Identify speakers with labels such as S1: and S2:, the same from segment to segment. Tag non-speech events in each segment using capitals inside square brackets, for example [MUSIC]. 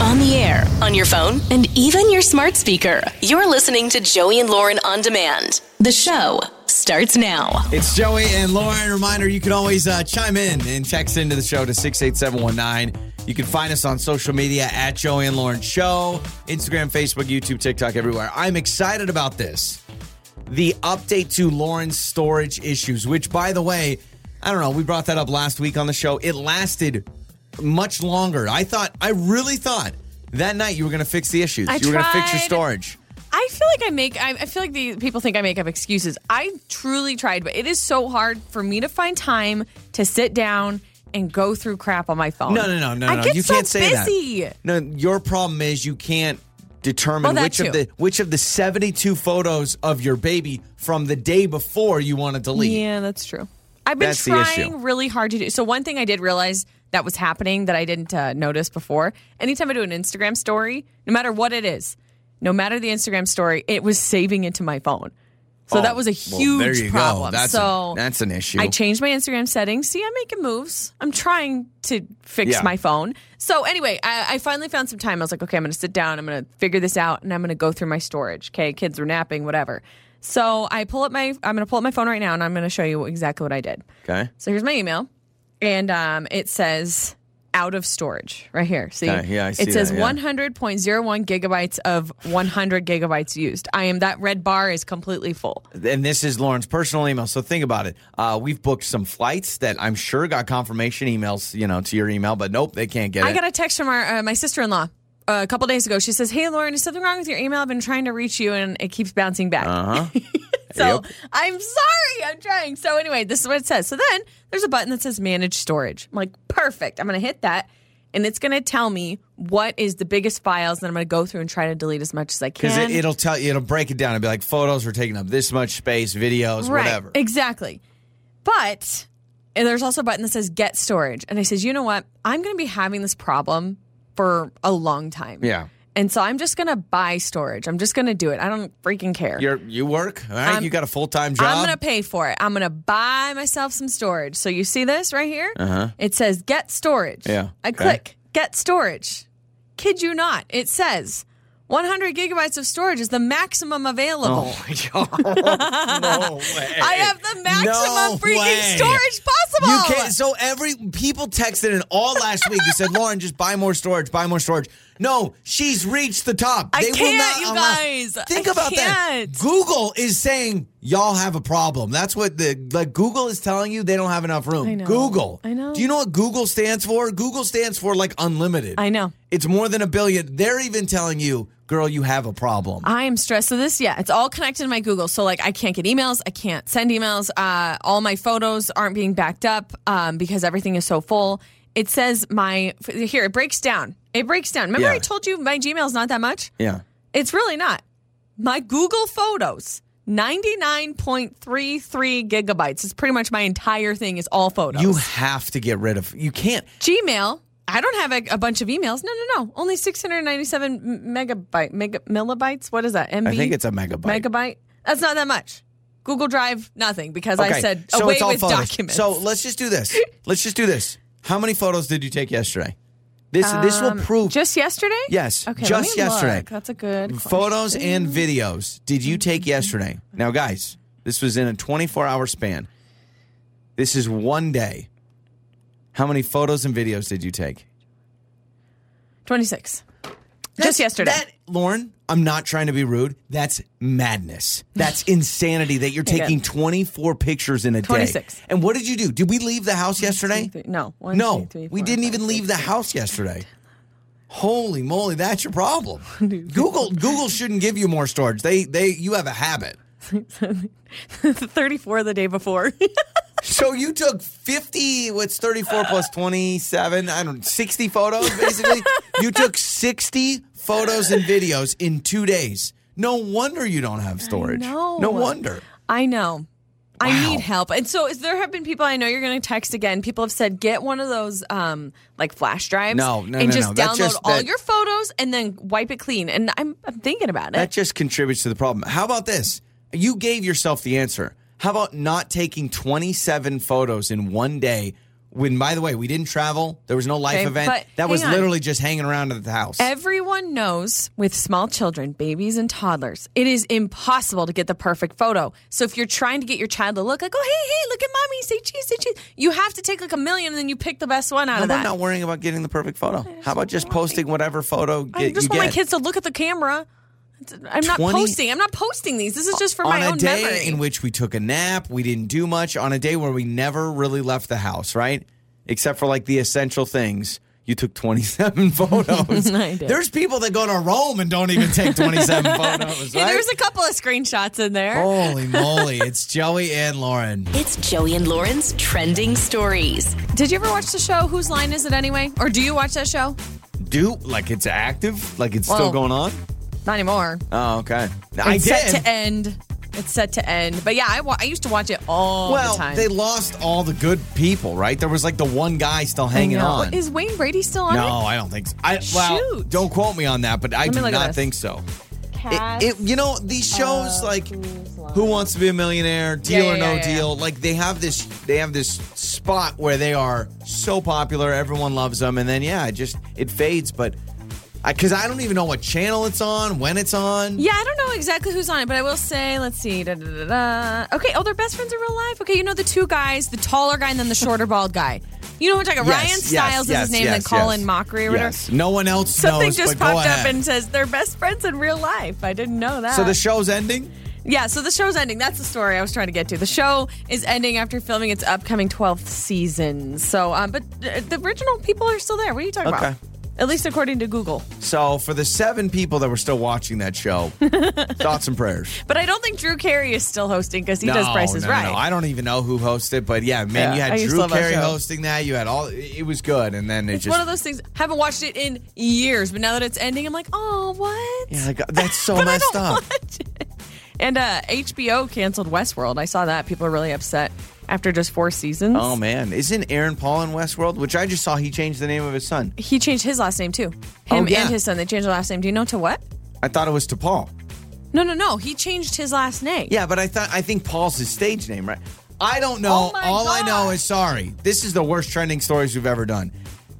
S1: On the air, on your phone, and even your smart speaker. You're listening to Joey and Lauren on demand. The show starts now.
S2: It's Joey and Lauren. Reminder you can always uh, chime in and text into the show to 68719. You can find us on social media at Joey and Lauren Show, Instagram, Facebook, YouTube, TikTok, everywhere. I'm excited about this. The update to Lauren's storage issues, which, by the way, I don't know, we brought that up last week on the show. It lasted much longer. I thought, I really thought that night you were going to fix the issues.
S3: I
S2: you were going to fix your
S3: tried.
S2: storage.
S3: I feel like I make. I, I feel like the people think I make up excuses. I truly tried, but it is so hard for me to find time to sit down and go through crap on my phone.
S2: No, no, no, no,
S3: I
S2: no.
S3: get
S2: you
S3: so
S2: can't say
S3: busy.
S2: that. No, your problem is you can't
S3: Oh,
S2: determine
S3: that
S2: which
S3: too.
S2: of the which of the 72 photos of your baby from the day before you want to delete.
S3: Yeah, that's true. I've been
S2: That's the issue.
S3: trying really hard to do. So one thing I did realize that was happening that I didn't uh, notice before. Anytime I do an Instagram story, no matter what it is, no matter the Instagram story, it was saving it to my phone. So
S2: Oh,
S3: that was a
S2: well, there
S3: huge
S2: you go.
S3: problem.
S2: That's a-
S3: so
S2: that's an issue.
S3: I changed my Instagram settings. See, I'm making moves. I'm trying to fix
S2: Yeah.
S3: my phone. So anyway, I, I finally found some time. I was like, okay, I'm going to sit down. I'm going to figure this out, and I'm going to go through my storage. Okay, kids were napping, whatever. So I pull up my. I'm going to pull up my phone right now, and I'm going to show you exactly what I did.
S2: Okay.
S3: So here's my email, and um, it says out of storage right here. See,
S2: Okay, yeah, I see
S3: it says
S2: that, yeah.
S3: 100.01 gigabytes of 100 gigabytes used. I am that red bar is completely full.
S2: And this is Lauren's personal email. So think about it. Uh, we've booked some flights that I'm sure got confirmation emails, you know, to your email, but nope, they can't get
S3: I
S2: it.
S3: got a text from our, uh, my sister in law a couple days ago. She says, "Hey, Lauren, is something wrong with your email? I've been trying to reach you, and it keeps bouncing back."
S2: uh-huh.
S3: [LAUGHS] so
S2: Yep.
S3: I'm sorry, I'm trying. So anyway, this is what it says. So then there's a button that says manage storage. I'm like, perfect. I'm gonna hit that. And it's going to tell me what is the biggest files, and I'm going to go through and try to delete as much as I
S2: Because
S3: can.
S2: it, it'll tell you, it'll break it down and be like, photos are taking up this much space, videos,
S3: Right.
S2: whatever.
S3: Exactly. But and there's also a button that says get storage. And I says, you know what? I'm going to be having this problem for a long time.
S2: Yeah.
S3: And so I'm just going to buy storage. I'm just going to do it. I don't freaking care.
S2: You're, you work, all right? you got a full time job.
S3: I'm going to pay for it. I'm going to buy myself some storage. So you see this right here? Uh-huh. It says get storage.
S2: Yeah.
S3: I
S2: Okay.
S3: click get storage. Kid you not. It says 100 gigabytes of storage is the maximum available.
S2: Oh my god! No [LAUGHS] way!
S3: I have the maximum
S2: Oh, No
S3: freaking
S2: way.
S3: storage possible.
S2: You can't. So every people texted in all last week. They said, "Lauren, just buy more storage. Buy more storage." No, she's reached the top.
S3: I
S2: they will
S3: can't,
S2: not
S3: you
S2: allow-
S3: guys.
S2: Think
S3: I
S2: about
S3: can't.
S2: that. Google is saying y'all have a problem. That's what the like. Google is telling you they don't have enough room.
S3: I know.
S2: Google.
S3: I know.
S2: Do you know what Google stands for? Google stands for like unlimited.
S3: I know.
S2: It's more than a billion. They're even telling you, "Girl, you have a problem."
S3: I am stressed. So this, yeah, it's all connected to my Google. So like, I can't get emails. I can't send emails. Uh, all my photos aren't being backed up um, because everything is so full. It says my f- here. It breaks down. It breaks down. Remember,
S2: Yeah.
S3: I told you my Gmail's not that much.
S2: yeah.
S3: It's really not. My Google Photos, ninety nine point three three gigabytes. It's pretty much my entire thing is all photos.
S2: You have to get rid of. You can't.
S3: Gmail. I don't have a, a bunch of emails. No, no, no. Only 697 m- megabyte, mega, millibytes. What is that? MB?
S2: I think it's a megabyte.
S3: megabyte. That's not that much. Google Drive, nothing, because I said
S2: so
S3: away
S2: it's all
S3: with
S2: photos.
S3: documents.
S2: So let's just do this. let's just do this. How many photos did you take yesterday? This this will prove
S3: Um, just yesterday?
S2: Yes,
S3: Okay. let
S2: just
S3: me
S2: yesterday.
S3: look. That's a good
S2: photos
S3: question.
S2: and videos. Did you take yesterday? Now, guys, this was in a 24 hour span. This is one day. How many photos and videos did you take?
S3: twenty six.
S2: That's-
S3: Just yesterday.
S2: That, Lauren, I'm not trying to be rude. That's madness.
S3: [LAUGHS]
S2: That's insanity that you're
S3: Okay.
S2: taking 24 pictures in a day.
S3: 26.
S2: And what did you do? Did we leave the house yesterday?
S3: Three- eh? No. One,
S2: No,
S3: two, three,
S2: we
S3: four,
S2: didn't
S3: five,
S2: even
S3: six,
S2: leave the
S3: seven.
S2: house
S3: [LAUGHS]
S2: yesterday. Holy moly, that's your problem. Google Google shouldn't give you more storage. They they you have a habit.
S3: [LAUGHS] Thirty four the day before. [LAUGHS]
S2: So you took 50 what's 34 plus 27, I don't know, 60 photos
S3: [LAUGHS]
S2: basically. you took 60 photos and videos in 2 days. No wonder you don't have storage.
S3: know.
S2: No wonder.
S3: I know. I
S2: Wow.
S3: need help. And so is, there have been people I know you're going to text again. People have said get one of those um, like flash drives
S2: No, no,
S3: and
S2: no,
S3: just
S2: no.
S3: download
S2: That's just
S3: all
S2: that-
S3: your photos and then wipe it clean. And I'm I'm thinking about it.
S2: That just contributes to the problem. How about this? You gave yourself the answer. How about not taking 27 photos in one day When, by the way, we didn't travel. There was no life
S3: Okay,
S2: event.
S3: but
S2: That was
S3: hang on.
S2: literally just hanging around at the house.
S3: Everyone knows with small children, babies and toddlers, it is impossible to get the perfect photo. So if you're trying to get your child to look like, oh, hey, hey, look at mommy, say cheese, say cheese, you have to take like a million and then you pick the best one out
S2: How
S3: of
S2: about
S3: that.
S2: not worrying about getting the perfect photo? How about just posting whatever photo get,
S3: I just
S2: you
S3: want my
S2: get?
S3: kids to look at the camera. I'm not
S2: 20
S3: posting. I'm not posting these. This is just for
S2: on
S3: my
S2: a
S3: own
S2: day
S3: memory.
S2: in which we took a nap, we didn't do much. On a day where we never really left the house, right? Except for like the essential things. You took 27 [LAUGHS] photos.
S3: [LAUGHS] I did.
S2: There's people that go to Rome and don't even take 27
S3: [LAUGHS]
S2: photos,
S3: Hey,
S2: right? Oh.
S3: there's a couple of screenshots in there.
S2: Holy moly, it's Joey and Lauren.
S1: It's Joey and Lauren's trending stories.
S3: Did you ever watch the show Whose Line Is It Anyway? Or do you watch that show?
S2: Do like it's active, like it's still
S3: Well-
S2: going on?
S3: Not anymore.
S2: Oh, okay. I
S3: it's
S2: did.
S3: set to end. It's set to end. But yeah, I, wa- I used to watch it all
S2: well,
S3: the time.
S2: they lost all the good people, right? There was like the one guy still hanging
S3: No.
S2: on.
S3: Is Wayne Brady still on
S2: No, I don't think so. I, well,
S3: Shoot.
S2: don't quote me on that, but I
S3: me
S2: do
S3: look at
S2: not
S3: this. Oh,
S2: think so. It, it, you know, these shows like Who Wants to Be a Millionaire, Deal
S3: yeah,
S2: or No
S3: yeah, yeah,
S2: Deal, like they have this they have this spot where they are so popular, everyone loves them, and then yeah, it just it fades. But I because I don't even know what channel it's on, when it's on.
S3: it? Yeah, I don't know exactly who's on it, but I will say, let's see. Da, da, da, da. Okay, oh, they're best friends in real life. Okay, you know the two guys, the taller guy and then the shorter bald guy. You know what I'm talking
S2: Yes,
S3: about? Ryan
S2: yes,
S3: Styles is
S2: yes,
S3: his name,
S2: yes,
S3: and then Colin
S2: yes.
S3: Mockery or whatever.
S2: Yes. No one else
S3: Something
S2: knows.
S3: just
S2: but go
S3: popped up
S2: ahead.
S3: and says they're best friends in real life. I didn't know that.
S2: so
S3: [LAUGHS]
S2: the show's ending.
S3: Yeah, so the show's ending. That's the story I was trying to get to. The show is ending after filming its upcoming 12th season. So, um, but uh, the original people are still there. What are you talking
S2: Okay.
S3: about? At least according to Google.
S2: So for the seven people that were still watching that
S3: [LAUGHS]
S2: show, thoughts and prayers.
S3: But I don't think Drew Carey is still hosting because he does Prices
S2: no,
S3: Right.
S2: No, I don't even know who hosted, but yeah, man,
S3: Yeah, I
S2: you
S3: used
S2: had
S3: to
S2: Drew
S3: love that
S2: Carey
S3: show.
S2: hosting that. You had all. It was good, and then it
S3: it's
S2: just.
S3: one of those things. Haven't watched it in years, but now that it's ending, I'm like, oh, what?
S2: yeah, like, that's
S3: [LAUGHS]
S2: so
S3: but I
S2: messed
S3: don't
S2: up.
S3: watch it. And uh, HBO canceled Westworld. I saw that. People are really upset after just four seasons.
S2: Oh man, isn't Aaron Paul in Westworld? Which I just saw he changed the name of his son.
S3: He changed his last name too. Him
S2: Oh, yeah.
S3: and his son. They changed the last name. Do you know to what?
S2: I thought it was to Paul.
S3: No, no, no. He changed his last name.
S2: Yeah, but I thought I think Paul's his stage name, right? I don't know.
S3: Oh, my
S2: all I know
S3: God.
S2: is sorry. This is the worst trending stories we've ever done.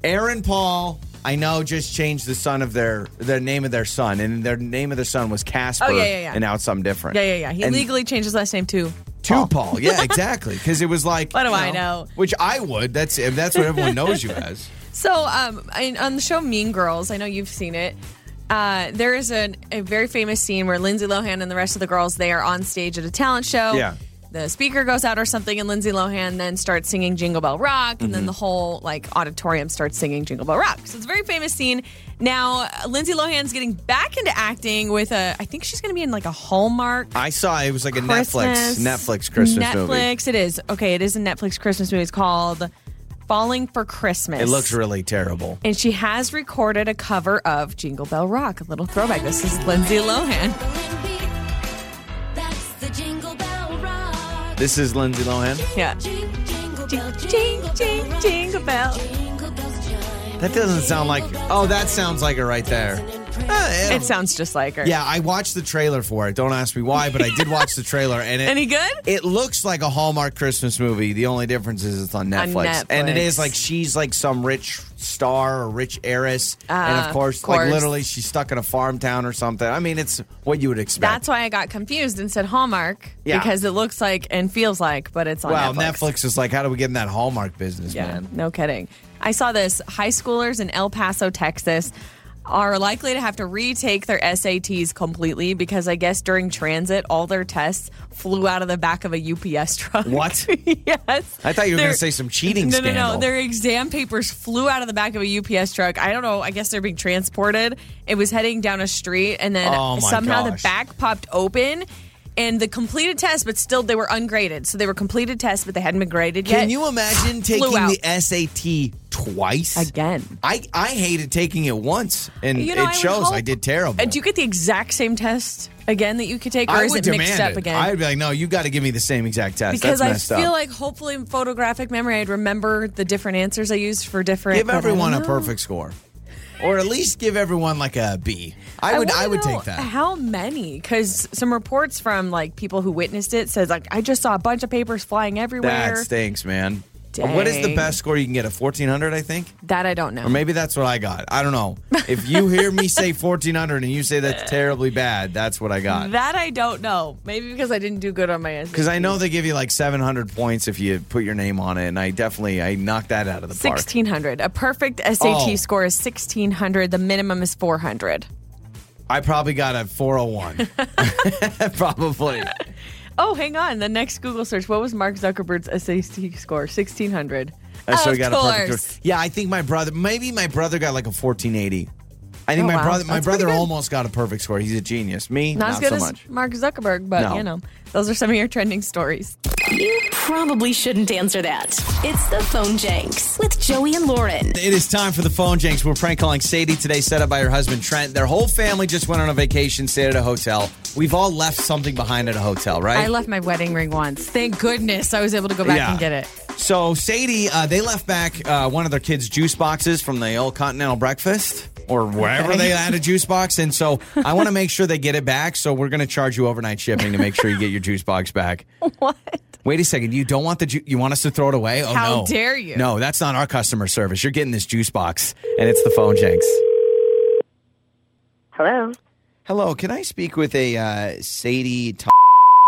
S2: Aaron Paul, I know, just changed the son of their their name of their son, and their name of their son was Casper.
S3: Oh, yeah, yeah, yeah.
S2: And now it's something different.
S3: Yeah, yeah, yeah. He
S2: And-
S3: legally changed his last name too.
S2: To Paul, [LAUGHS] yeah, exactly. Because it was like,
S3: What do
S2: you
S3: I know?
S2: Which I would. That's if that's what everyone knows you as.
S3: So, um, I, on the show Mean Girls, I know you've seen it. Uh, there is an, a very famous scene where Lindsay Lohan and the rest of the girls they are on stage at a talent show.
S2: Yeah.
S3: The speaker goes out or something, and Lindsay Lohan then starts singing Jingle Bell Rock, and
S2: Mm-hmm.
S3: then the whole like auditorium starts singing Jingle Bell Rock. So it's a very famous scene. Now Lindsay Lohan's getting back into acting with a. I think she's going to be in like a Hallmark
S2: [LAUGHS] I saw it was like a Netflix
S3: Christmas.
S2: Netflix Christmas movie.
S3: Netflix, it is. Okay, it is a Netflix Christmas movie. It's called Falling for Christmas.
S2: It looks really terrible.
S3: And she has recorded a cover of Jingle Bell Rock, a little throwback. This is Lindsay Lohan.
S4: That's the jingle bell rock.
S2: This is Lindsay Lohan.
S3: Yeah.
S4: Jing, jingle bell,
S3: Jing,
S4: jingle
S3: jing,
S4: bell rock.
S3: jingle bell.
S4: Jingle bells chime.
S2: That doesn't sound like. Oh, that sounds like it right there. Eh,
S3: It sounds just like her.
S2: [LAUGHS] yeah, I watched the trailer for it. Don't ask me why, but I did watch the trailer, and it
S3: [LAUGHS] Any good?
S2: it looks like a Hallmark Christmas movie. The only difference is it's on Netflix, and it
S3: Netflix.
S2: is like she's like some rich star or rich heiress, and of
S3: Ah, of
S2: course, like
S3: course.
S2: literally she's stuck in a farm town or something. I mean, it's what you would expect.
S3: That's why I got confused and said Hallmark
S2: Yeah.
S3: because it looks like and feels like, but it's on
S2: wow,
S3: Netflix.
S2: Netflix. is like, how do we get in that Hallmark business,
S3: Yeah,
S2: man?
S3: no kidding. I saw this. High schoolers in El Paso, Texas, are likely to have to retake their SATs completely because I guess during transit, all their tests flew out of the back of a UPS truck.
S2: What?
S3: [LAUGHS] yes.
S2: I thought you were
S3: Their-
S2: going to say some cheating
S3: No, no,
S2: scandal.
S3: no. Their exam papers flew out of the back of a UPS truck. I don't know. I guess they're being transported. It was heading down a street, and then
S2: Oh, my
S3: somehow
S2: gosh.
S3: the back popped open. And the completed test, but still they were ungraded. So they were completed tests, but they hadn't been graded yet.
S2: Can you imagine taking
S3: Flew out.
S2: the SAT twice
S3: Again.
S2: I, I hated taking it once, and
S3: You know, I
S2: it
S3: would
S2: shows I
S3: hope-
S2: did terrible.
S3: Uh, Do you get the exact same test again that you could take, or
S2: I
S3: is
S2: would
S3: it mixed
S2: demand
S3: up
S2: it.
S3: again?
S2: I'd be like, no, you got to give me the same exact test.
S3: because
S2: That's
S3: I
S2: messed
S3: feel
S2: up.
S3: like hopefully in photographic memory, I'd remember the different answers I used for different.
S2: give
S3: but I don't
S2: everyone a
S3: know.
S2: perfect score, or at least give everyone like a B. I would I,
S3: wanna
S2: would
S3: know
S2: take that.
S3: How many? Because some reports from like people who witnessed it says like I just saw a bunch of papers flying everywhere.
S2: that stinks, man.
S3: Dang.
S2: What is the best score you can get? A 1400, I think?
S3: That I don't know.
S2: Or maybe that's what I got. I don't know. If you hear me
S3: [LAUGHS]
S2: say 1400 and you say that's terribly bad, that's what I got.
S3: that I don't know. Maybe because I didn't do good on my SAT.
S2: Because I know they give you like 700 points if you put your name on it, and I definitely I knocked that out of the park.
S3: 1600. A perfect SAT
S2: Oh.
S3: score is 1600. The minimum is 400.
S2: I probably got a
S3: [LAUGHS]
S2: 401. [LAUGHS] probably.
S3: Oh, hang on. The next Google search. What was Mark Zuckerberg's SAT score? 1600.
S2: Uh, so
S3: of
S2: we got a perfect
S3: course.
S2: score. Yeah, I think my brother. Maybe my brother got like a 1480. I think
S3: Oh,
S2: my
S3: wow.
S2: brother. My
S3: That's pretty
S2: brother
S3: good.
S2: almost got a perfect score. He's a genius. Me,
S3: Not,
S2: not,
S3: as good
S2: so
S3: as
S2: much.
S3: Mark Zuckerberg, but
S2: No.
S3: you know, those are some of your trending stories.
S1: You probably shouldn't answer that. It's the phone janks with Joey and Lauren.
S2: It is time for the phone jinx. We're prank calling Sadie today, set up by her husband Trent. Their whole family just went on a vacation, stayed at a hotel. We've all left something behind at a hotel, right?
S3: I left my wedding ring once. Thank goodness I was able to go back
S2: Yeah.
S3: and get it.
S2: So Sadie, uh, they left back uh, one of their kids' juice boxes from the old Continental breakfast or wherever they had a juice box, and so I want to make sure they get it back. So we're going to charge you overnight shipping to make sure you get your juice box back.
S3: [LAUGHS] What?
S2: Wait a second, you don't want the ju- you want us to throw it away? Oh
S3: How
S2: no!
S3: dare you.
S2: No, that's not our customer service. You're getting this juice box, and it's the phone jinx.
S5: Hello.
S2: Hello, can I speak with a uh, Sadie, T-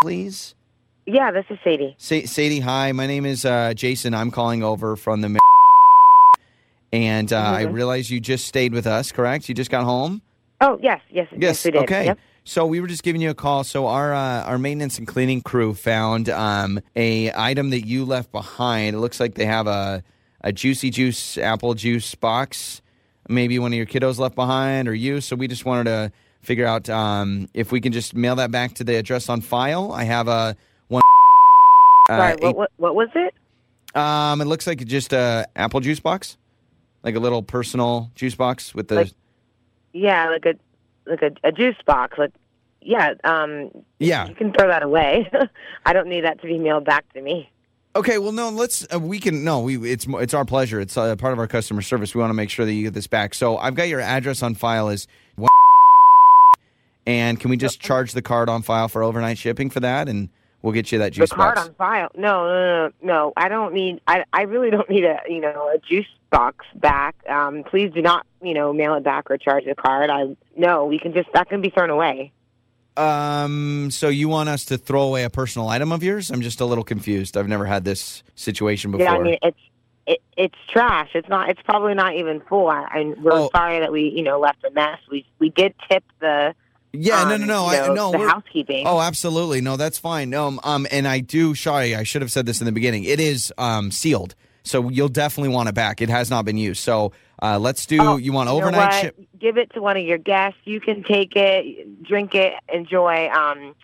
S2: please?
S5: Yeah, this is Sadie.
S2: Sa- Sadie, hi. My name is uh, Jason. I'm calling over from the. Mar- And uh, I
S5: Mm-hmm.
S2: realize you just stayed with us, correct? You just got home.
S5: Oh, yes, yes, yes, we did.
S2: Okay.
S5: Yep.
S2: So we were just giving you a call. So our uh, our maintenance and cleaning crew found um, a item that you left behind. It looks like they have a a juicy juice apple juice box. Maybe one of your kiddos left behind, or you. So we just wanted to figure out um, if we can just mail that back to the address on file. I have a one. uh,
S5: Sorry,
S2: eight-
S5: what, what what was it?
S2: um, it looks like just a apple juice box, like a little personal juice box with the.
S5: Like- Yeah, like a like a, a juice box. Like yeah, um
S2: yeah.
S5: you can throw that away. [LAUGHS] I don't need that to be mailed back to me.
S2: Okay. Well, no. Let's. Uh, we can. No. We. It's. mo- It's our pleasure. It's uh, part of our customer service. We want to make sure that you get this back. So I've got your address on file as. one- [LAUGHS] And can we just charge the card on file for overnight shipping for that, and we'll get you that
S5: The
S2: juice
S5: card
S2: box.
S5: on file. No, no, no, no. I don't need I I really don't need a, you know, a juice box back. Um please do not, you know, mail it back or charge the card. I no, we can just that can be thrown away.
S2: um. So you want us to throw away a personal item of yours? I'm just a little confused. I've never had this situation before.
S5: Yeah, I mean it's it, it's trash. It's not. It's probably not even full. I- And we're
S2: Oh.
S5: sorry that we you know left a mess. We we did tip the
S2: Yeah, no,
S5: um,
S2: no, no.
S5: you
S2: I,
S5: know,
S2: no
S5: the
S2: we're-
S5: housekeeping.
S2: Oh, absolutely. No, that's fine. No, um, um, and I do. Sorry, I should have said this in the beginning. It is um sealed, so you'll definitely want it back. It has not been used. So uh, let's do.
S5: Oh,
S2: you want
S5: You know
S2: overnight
S5: what?
S2: ship?
S5: Give it to one of your guests. You can take it, drink it, enjoy. Um,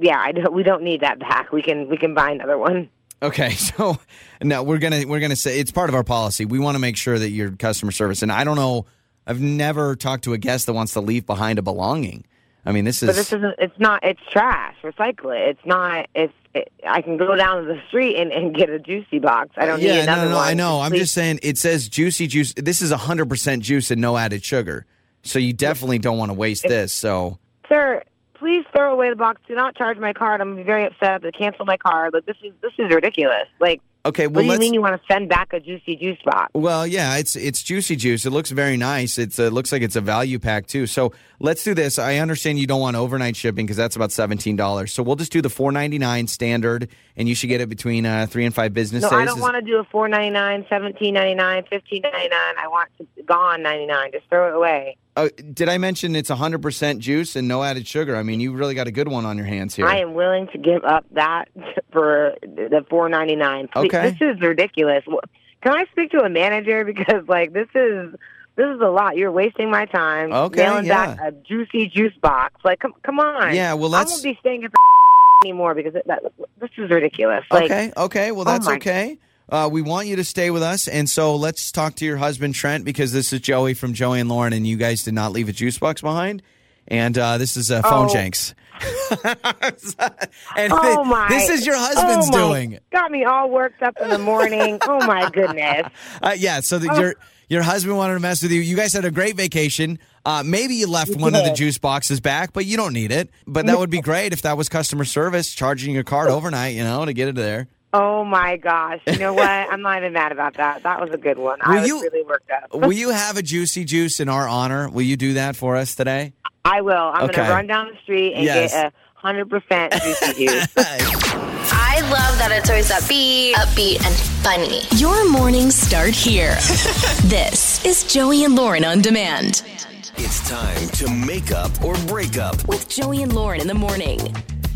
S5: yeah, I don't, we don't need that back. We can we can buy another one.
S2: Okay, [LAUGHS] so no, we're gonna we're gonna say it's part of our policy. We want to make sure that your customer service. And I don't know. I've never talked to a guest that wants to leave behind a belonging. I mean, this is.
S5: But this isn't. It's not. It's trash. Recycle it. It's not. It's. It, I can go down to the street and, and get a juicy box. I don't need
S2: Uh, yeah, no,
S5: another
S2: no, no,
S5: one.
S2: I know. I'm
S5: Please
S2: just saying it says juicy juice. This is 100% juice and no added sugar. So you definitely don't want to waste this. So
S5: sir, please throw away the box. Do not charge my card. I'm very upset. They cancel my card. Like this is this is ridiculous. Like,
S2: okay,
S5: what
S2: well
S5: do you
S2: let's.
S5: mean you want to send back a juicy juice box?
S2: Well, yeah, it's it's juicy juice. It looks very nice. It's uh, looks like it's a value pack too. So let's do this. I understand you don't want overnight shipping because that's about seventeen dollars. So we'll just do the four ninety nine standard, and you should get it between uh, three and five business
S5: No,
S2: days.
S5: I don't
S2: Is-
S5: want to do a four ninety nine, seventeen ninety nine, fifteen ninety nine. I want to gone ninety nine. Just throw it away.
S2: Uh, did I mention it's hundred percent juice and no added sugar? I mean, you really got a good one on your hands here.
S5: I am willing to give up that [LAUGHS] for the four ninety nine.
S2: Okay.
S5: This is ridiculous. Wh- Can I speak to a manager [LAUGHS] because like this is this is a lot. You're wasting my time.
S2: Okay,
S5: Mailing
S2: yeah.
S5: back a juicy juice box. Like come come on.
S2: Yeah, well,
S5: I
S2: let's.
S5: won't be staying at the [LAUGHS] anymore because it, that, this is ridiculous. Like oh
S2: okay, okay. Well, that's
S5: my-
S2: okay. Uh, we want you to stay with us, and so let's talk to your husband Trent because this is Joey from Joey and Lauren, and you guys did not leave a juice box behind, and uh, this is uh, phone
S5: Oh.
S2: janks. [LAUGHS] and
S5: Oh,
S2: thi-
S5: my-
S2: this is your husband's
S5: oh my,
S2: doing.
S5: Got me all worked up in the morning. oh
S2: [LAUGHS]
S5: my goodness.
S2: Uh, yeah, so
S5: Oh.
S2: that your your husband wanted to mess with you. You guys had a great vacation. Uh, maybe you left one of the
S5: did.
S2: juice boxes back, but you don't need it. But that would be great if that was customer service charging your card overnight, you know, to get it there.
S5: Oh my gosh! You know what? I'm not even mad about that. That was a good one.
S2: Will
S5: I was
S2: you-
S5: really worked up.
S2: Will you have a juicy juice in our honor? Will you do that for us today?
S5: I will. I'm
S2: Okay.
S5: going to run down the street and
S2: Yes.
S5: get a hundred percent
S2: [LAUGHS]
S5: juicy juice.
S6: I love that it's always upbeat, upbeat, and funny.
S1: Your mornings start here. [LAUGHS] this is Joey and Lauren on demand
S7: It's time to make up or break up.
S1: with Joey and Lauren in the morning.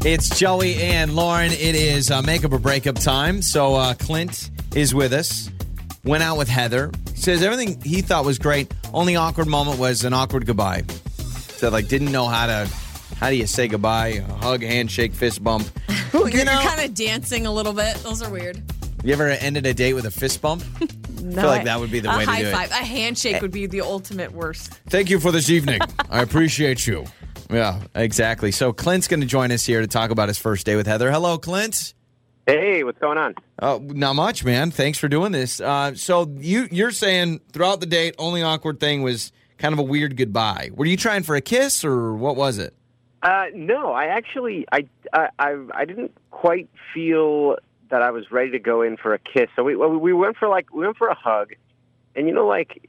S2: It's Joey and Lauren. It is uh, makeup or breakup time. So uh, Clint is with us. Went out with Heather. Says everything he thought was great. Only awkward moment was an awkward goodbye. So like didn't know how to. How do you say goodbye? Hug, handshake, fist bump.
S3: You're,
S2: know-
S3: kind of dancing a little bit. Those are weird.
S2: You ever ended a date with a fist bump?
S3: No,
S2: like that would be the
S3: a
S2: way to
S3: high
S2: do it.
S3: five. A handshake would be the ultimate worst.
S2: Thank you for this evening. I appreciate you. Yeah, exactly. So Clint's going to join us here to talk about his first day with Heather. Hello, Clint.
S8: Hey, what's going on?
S2: Uh, not much, man. Thanks for doing this. Uh, so you you're saying throughout the date, only awkward thing was kind of a weird goodbye. Were you trying for a kiss or what was it?
S8: Uh, no, I actually, I, I, I, I didn't quite feel that I was ready to go in for a kiss. So we, we went for like, we went for a hug, and you know, like,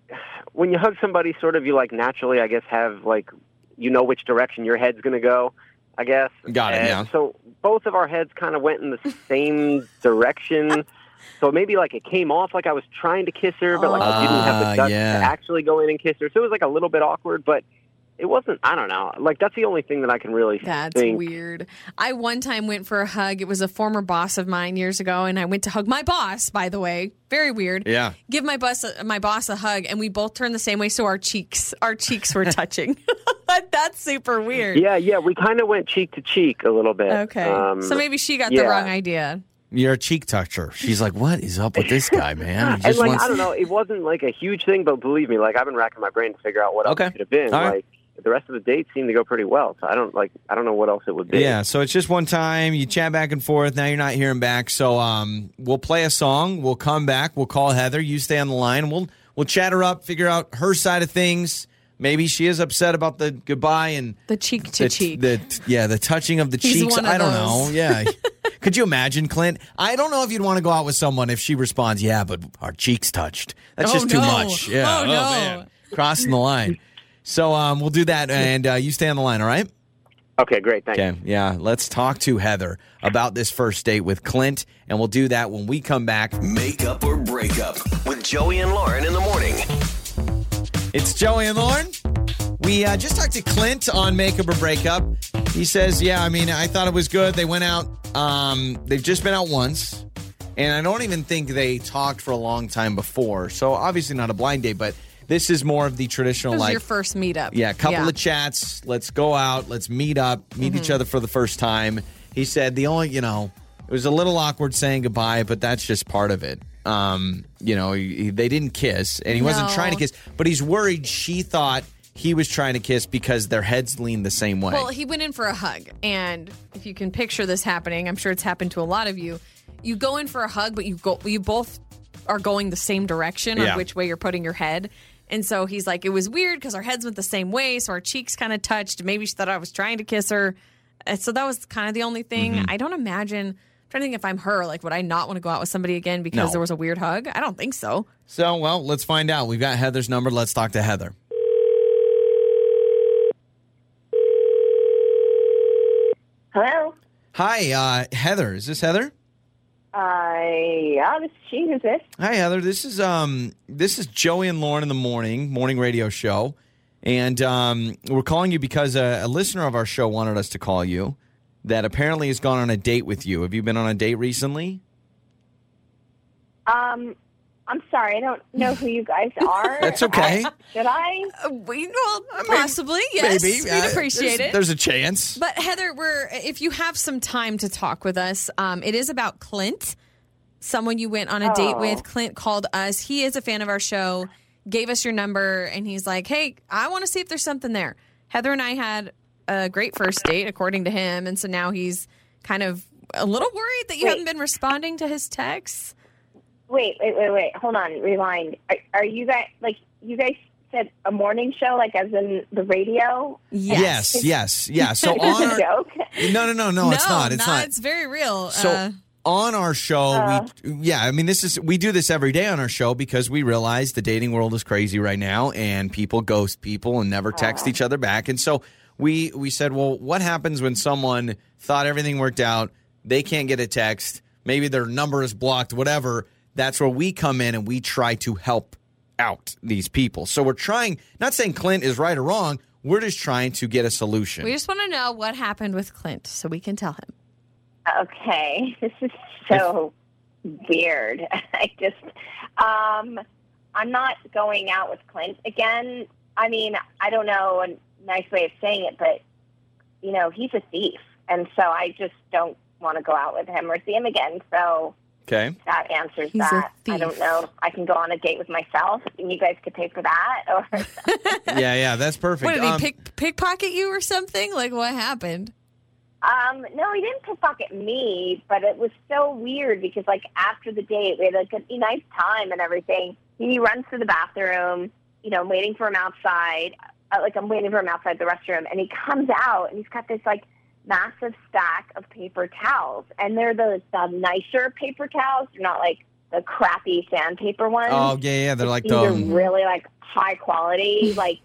S8: when you hug somebody, sort of, you like naturally, I guess, have like, you know, which direction your head's gonna go. I guess.
S2: Got it,
S8: And
S2: yeah.
S8: So both of our heads kind of went in the
S2: [LAUGHS]
S8: same direction. So maybe like it came off like I was trying to kiss her, but like I didn't have
S2: Ah,
S8: the guts
S2: yeah.
S8: to actually go in and kiss her. So it was like a little bit awkward, but it wasn't. I don't know. Like that's the only thing that I can really
S3: That's
S8: think.
S3: weird. I one time went for a hug. It was a former boss of mine years ago, and I went to hug my boss. By the way, very weird.
S2: Yeah.
S3: Give my boss a, my boss a hug, and we both turned the same way, so our cheeks our cheeks
S2: [LAUGHS]
S3: were touching. [LAUGHS] That's super weird.
S8: Yeah, yeah. We kind of went cheek to cheek a little bit.
S3: Okay.
S8: Um,
S3: so maybe she got the
S8: yeah.
S3: wrong idea.
S2: You're a cheek toucher. She's like, what is up with this guy, man? He
S8: And
S2: just
S8: like
S2: wants-
S8: [LAUGHS] I don't know, it wasn't like a huge thing, but believe me, like I've been racking my brain to figure out what else
S2: Okay.
S8: it could have been.
S2: All right.
S8: Like the rest of the date seemed to go pretty well, so I don't like I don't know what else it would be.
S2: Yeah, so it's just one time you chat back and forth. Now you're not hearing back, so um, we'll play a song. We'll come back. We'll call Heather. You stay on the line. We'll we'll chat her up, figure out her side of things. Maybe she is upset about the goodbye and
S3: The cheek to
S2: the,
S3: cheek.
S2: the yeah, the touching of the
S3: He's
S2: cheeks.
S3: one of
S2: I don't know.
S3: those. [LAUGHS]
S2: Yeah, could you imagine, Clint? I don't know if you'd want to go out with someone if she responds, "Yeah, but our cheeks touched." That's
S3: Oh,
S2: just too
S3: no.
S2: much. Yeah.
S3: Oh, no.
S2: Crossing the line. So um, we'll do that, and uh, you stay on the line. All right.
S8: Okay, great. Thanks.
S2: Okay, yeah. Let's talk to Heather about this first date with Clint, and we'll do that when we come back.
S7: Make up or break up with Joey and Lauren in the morning.
S2: It's Joey and Lauren. We uh, just talked to Clint on Makeup or Breakup. He says, Yeah, I mean, I thought it was good. They went out, um, they've just been out once, and I don't even think they talked for a long time before. So, obviously, not a blind date, but this is more of the traditional,
S3: This was
S2: like,
S3: your first meetup.
S2: Yeah, a couple of chats. Let's go out. Let's meet up, meet
S3: Mm-hmm.
S2: each other for the first time. He said the only, you know, it was a little awkward saying goodbye, but that's just part of it. Um, you know, he, he- they didn't kiss, and he wasn't
S3: No.
S2: trying to kiss, but he's worried she thought he was trying to kiss because their heads lean the same way.
S3: Well, he went in for a hug. And if you can picture this happening, I'm sure it's happened to a lot of you. You go in for a hug, but you go you both are going the same direction
S2: Yeah.
S3: on which way you're putting your head. And so he's like, it was weird because our heads went the same way, so our cheeks kind of touched. Maybe she thought I was trying to kiss her. And so that was kind of the only thing.
S2: Mm-hmm.
S3: I don't imagine I'm trying to think if I'm her, like would I not want to go out with somebody again because
S2: No.
S3: there was a weird hug? I don't think so.
S2: so, well, let's find out. We've got Heather's number. Let's talk to Heather.
S5: Hello.
S2: Hi, uh, Heather. Is this Heather?
S5: Uh, yeah, this is she. Who's this?
S2: Hi Heather, this is um this is Joey and Lauren in the morning morning radio show, and um, we're calling you because a, a listener of our show wanted us to call you that apparently has gone on a date with you. Have you been on a date recently?
S9: Um, I'm sorry, I don't know who you
S2: [LAUGHS]
S9: guys are.
S2: That's okay.
S9: Should I?
S3: Uh, we, well, possibly, [LAUGHS] yes. We'd
S2: Uh,
S3: appreciate
S2: there's-
S3: it.
S2: There's a chance.
S3: But Heather, we're if you have some time to talk with us, um, it is about Clint, someone you went on a date
S9: Oh.
S3: with. Clint called us. He is a fan of our show. Gave us your number, and he's like, "Hey, I want to see if there's something there." Heather and I had a great first date, according to him, and so now he's kind of a little worried that you
S9: Wait.
S3: haven't been responding to his texts.
S9: Wait, wait, wait, wait. Hold on. Rewind. Are, are you guys like you guys said a morning show, like as in the radio?
S2: yes, yes, yeah. So
S9: Is this
S2: on
S3: [LAUGHS]
S9: a
S2: our,
S9: joke?
S2: no, no, no, no, it's not. It's
S3: nah,
S2: not.
S3: It's very real.
S2: So
S3: uh,
S2: on our show, we, yeah, I mean, this is we do this every day on our show because we realize the dating world is crazy right now, and people ghost people and never text each other back, and so we we said, well, what happens when someone thought everything worked out, they can't get a text, maybe their number is blocked, whatever. That's where we come in and we try to help out these people. So we're trying, not saying Clint is right or wrong. We're just trying to get a solution.
S3: We just want to know what happened with Clint so we can tell him.
S5: [LAUGHS] Okay, this is so weird. [LAUGHS] I just, um, I'm not going out with Clint again. I mean, I don't know a nice way of saying it, but you know, he's a thief, and so I just don't want to go out with him or see him again. So
S3: [LAUGHS]
S2: okay.
S5: that answers
S3: He's a
S5: that. I don't
S3: thief.
S5: know. if I can go on a date with myself, and you guys could pay for that, [LAUGHS] or
S2: Yeah, yeah, that's perfect.
S3: What did he
S2: Um,
S3: pick pickpocket you or something? Like what happened?
S5: Um, no, he didn't pickpocket me, but it was so weird because like after the date, we had like a nice time and everything. He runs to the bathroom, you know, I'm waiting for him outside. Uh, like I'm waiting for him outside the restroom, and he comes out and he's got this like massive stack of paper towels, and they're the, the nicer paper towels. They're not like the crappy sandpaper ones.
S2: Oh yeah, yeah. They're like um,
S5: These are
S2: the
S5: really like high quality. Like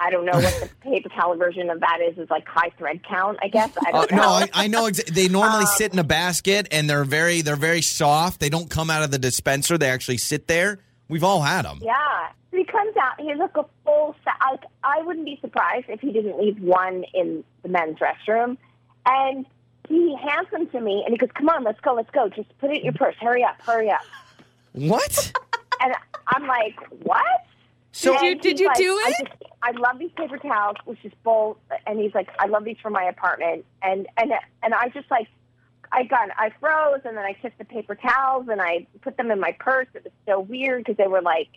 S5: I don't know what
S2: [LAUGHS]
S5: the paper towel version of that is. Is like high thread count, I guess. I
S2: Uh,
S5: don't
S2: no,
S5: know.
S2: I, I know. Exa-
S5: [LAUGHS]
S2: they normally
S5: Um,
S2: sit in a basket, and they're very, they're very soft. They don't come out of the dispenser. They actually sit there. We've all had them.
S5: Yeah. So he comes out. He's like a full. Sa- I, I wouldn't be surprised if he didn't leave one in the men's restroom. And he hands them to me, and he goes, "Come on, let's go, let's go. Just put it in your purse. Hurry up, hurry up."
S2: What?
S5: [LAUGHS] And I'm like, "What?"
S2: So
S5: And
S3: Did you- did
S5: he's
S3: you do
S5: like, I,
S3: it?
S5: just, I love these paper towels, which is bold. And he's like, I love these for my apartment. And and and I just like, I got, I froze, and then I took the paper towels and I put them in my purse. It was so weird because they were like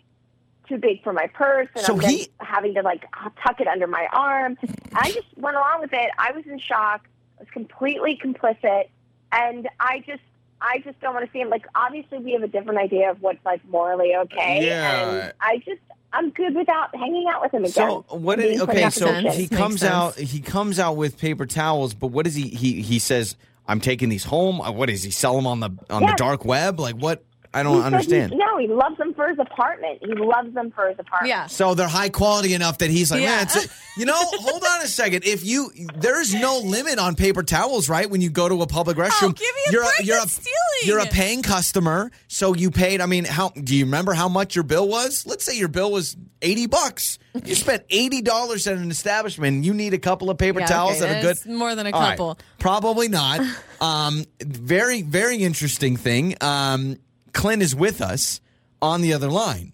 S5: too big for my purse, and
S2: So
S5: I'm
S2: he-
S5: just having to like tuck it under my arm. I just went along with it. I was in shock. I was completely complicit, and I just. I just don't want to see him. Like, obviously, we have a different idea of what's like morally okay.
S2: Yeah.
S5: And I just, I'm good without hanging out with him again.
S2: So what? Did,
S5: Being put
S2: okay,
S5: up
S2: so
S5: against
S2: he
S5: it.
S3: Makes
S2: comes
S3: sense.
S2: out. He comes out with paper towels, but what is he? He he says, "I'm taking these home." Uh, What is he sell them on the on the
S5: Yeah.
S2: dark web? Like what? I
S5: He
S2: don't
S5: said he-
S2: understand.
S5: no, he loves them for his apartment. He loves them for his apartment.
S3: Yeah.
S2: So they're high quality enough that he's like,
S3: Yeah.
S2: man, it's, you know, hold on a second. If you, there's no limit on paper towels, right? When you go to a public restroom,
S3: Oh, give me a break,
S2: you're, a,
S3: that's
S2: you're a
S3: stealing.
S2: paying customer, so you paid. I mean, how do you remember how much your bill was? Let's say your bill was eighty bucks. You spent eighty dollars at an establishment. and You need a couple of paper
S3: Yeah,
S2: towels
S3: okay,
S2: that are good.
S3: that's more than a
S2: All right.
S3: couple.
S2: Probably
S3: [LAUGHS]
S2: not. Um, very, very interesting thing. Um, Clint is with us on the other line.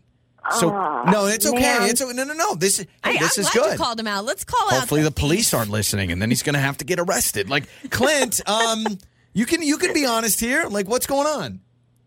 S2: So no, it's okay.
S5: man.
S2: It's o- no, no, no. This, Ah, hey,
S3: Hey,
S2: this
S3: I'm
S2: is
S3: glad
S2: good.
S3: you called him out. Let's call
S2: Hopefully,
S3: out.
S2: the police aren't listening, and then he's going to have to get arrested. Like [LAUGHS] Clint, um, you can you can be honest here. Like, what's going on?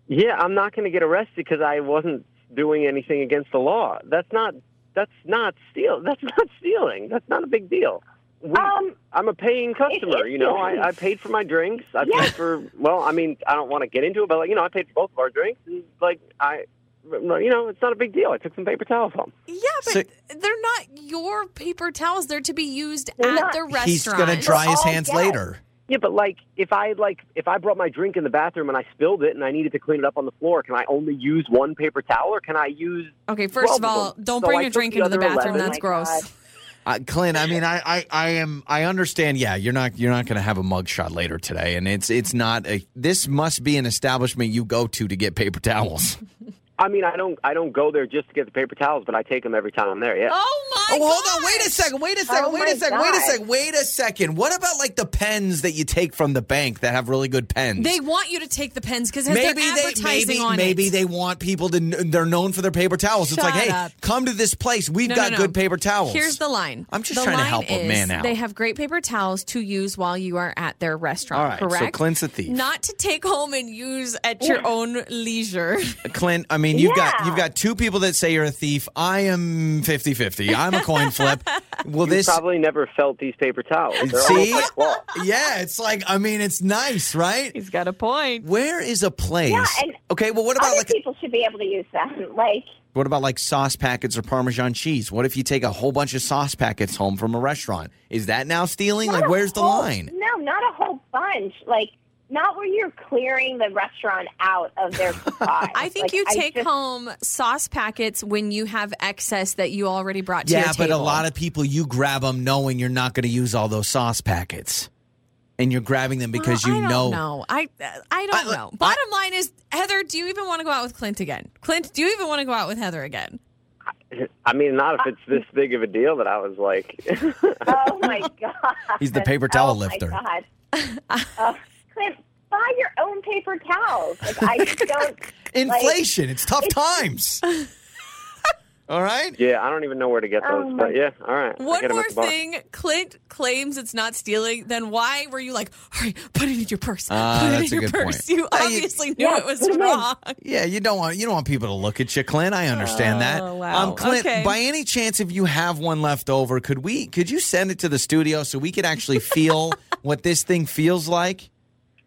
S8: Yeah, I'm not going to get arrested because I wasn't doing anything against the law. That's not that's not steal. That's [LAUGHS] not stealing. That's not a big deal. We,
S5: Um,
S8: I'm a paying customer.
S5: is
S8: You know,
S5: stealing.
S8: I, I paid for my drinks. I paid for well, I mean, I don't want to get into it, but like you know, I paid for both of our drinks. And, like I, you know, it's not a big deal. I took some paper towels home.
S3: Yeah, but
S2: So-
S3: they're not your paper towels. They're to be used
S5: They're
S3: at
S5: not.
S3: the restaurant.
S2: He's going to dry his
S5: all
S2: hands
S5: dead.
S2: later.
S8: Yeah, but like if I like if I brought my drink in the bathroom and I spilled it and I needed to clean it up on the floor, can I only use one paper towel or can I use
S3: Okay, first of
S8: 12
S3: all,
S8: of them.
S3: don't
S8: So
S3: bring
S8: I
S3: your
S8: took
S3: drink
S8: the
S3: into the
S8: other
S3: bathroom.
S8: 11.
S3: That's
S5: Oh my
S3: gross.
S5: God.
S2: Uh, Clint, I mean, I, I, I am, I understand. Yeah, you're not, you're not going to have a mugshot later today, and it's, it's not a. This must be an establishment you go to to get paper towels.
S8: I mean, I don't, I don't go there just to get the paper towels, but I take them every time I'm there. Yeah.
S3: Oh my
S2: [LAUGHS] Oh, hold on.
S3: gosh.
S2: Wait a second. Wait a second.
S5: Oh
S2: wait a
S5: my
S2: second. Wait a
S5: God.
S2: second. Wait a second. What about like the pens that you take from the bank that have really good pens?
S3: They want you to take the pens because has their advertising
S2: maybe,
S3: on
S2: maybe
S3: it.
S2: they want people to kn- they're known for their paper towels. it's like,
S3: Shut
S2: hey,
S3: up.
S2: come to this place. We've
S3: No, no,
S2: got
S3: no.
S2: good paper towels.
S3: Here's the line.
S2: I'm just
S3: The
S2: trying to
S3: line
S2: help a
S3: is
S2: man out.
S3: They have great paper towels to use while you are at their restaurant.
S2: All right, so
S3: correct?
S2: Clint's a thief.
S3: Not to take home and use at your own leisure.
S2: Clint, I mean, you've got
S5: Yeah.
S2: you've got two people that say you're a thief. I am 50-50. I'm a
S3: [LAUGHS]
S2: coin flip. Well,
S8: You
S2: this
S8: probably never felt these paper towels. They're
S2: See?
S8: almost like cloth.
S2: Yeah, it's like I mean, it's nice, right?
S3: [LAUGHS] He's got a point.
S2: Where is a place?
S5: and
S2: okay, well, what about
S5: Other
S2: like
S5: people should be able to use them. [LAUGHS] Like,
S2: What about like sauce packets or Parmesan cheese? What if you take a whole bunch of sauce packets home from a restaurant? Is that now stealing?
S5: not
S2: like,
S5: a
S2: where's the
S5: whole-
S2: line?
S5: No, not a whole bunch. Like,
S9: not where you're clearing the restaurant out of
S2: [LAUGHS]
S9: their supplies.
S3: I think
S9: Like,
S3: you take
S9: just-
S3: home sauce packets when you have excess that you already brought to
S2: yeah,
S3: your
S2: but
S3: table.
S2: a lot of people you grab them knowing you're not going to use all those sauce packets, and you're grabbing them because
S3: Well,
S2: you know.
S3: I don't know. I I don't
S2: I-
S3: know. Bottom line is, Heather, do you even want to go out with Clint again? Clint, do you even want to go out with Heather again?
S8: [LAUGHS] I mean, not if it's this big of a deal that I was like, [LAUGHS]
S9: Oh my god!
S2: He's the paper towel
S9: oh my
S2: lifter.
S9: God. Uh, Clint, buy your own paper towels. Like
S2: [LAUGHS]
S9: I just don't.
S2: Inflation. it's tough
S3: [LAUGHS]
S2: times. all right.
S8: yeah, I don't even know where to get
S9: Oh
S8: those.
S9: my-
S8: but yeah, all right. I'll
S3: One
S8: get 'em at
S3: more
S8: the bar.
S3: thing, Clint claims it's not stealing. Then why were you like, all right, put it in your purse?
S2: Ah,
S3: put
S2: that's
S3: it
S2: a
S3: in your
S2: good
S3: purse.
S2: point.
S3: You
S2: Yeah, you-
S3: obviously knew
S9: Yeah,
S3: it was
S9: put it in.
S3: wrong.
S2: Yeah, you don't want you don't want people to look at you, Clint. I understand that.
S3: Oh, wow.
S2: Um, Clint,
S3: Okay.
S2: by any chance, if you have one left over, could we could you send it to the studio so we could actually
S3: [LAUGHS]
S2: feel what this thing feels like?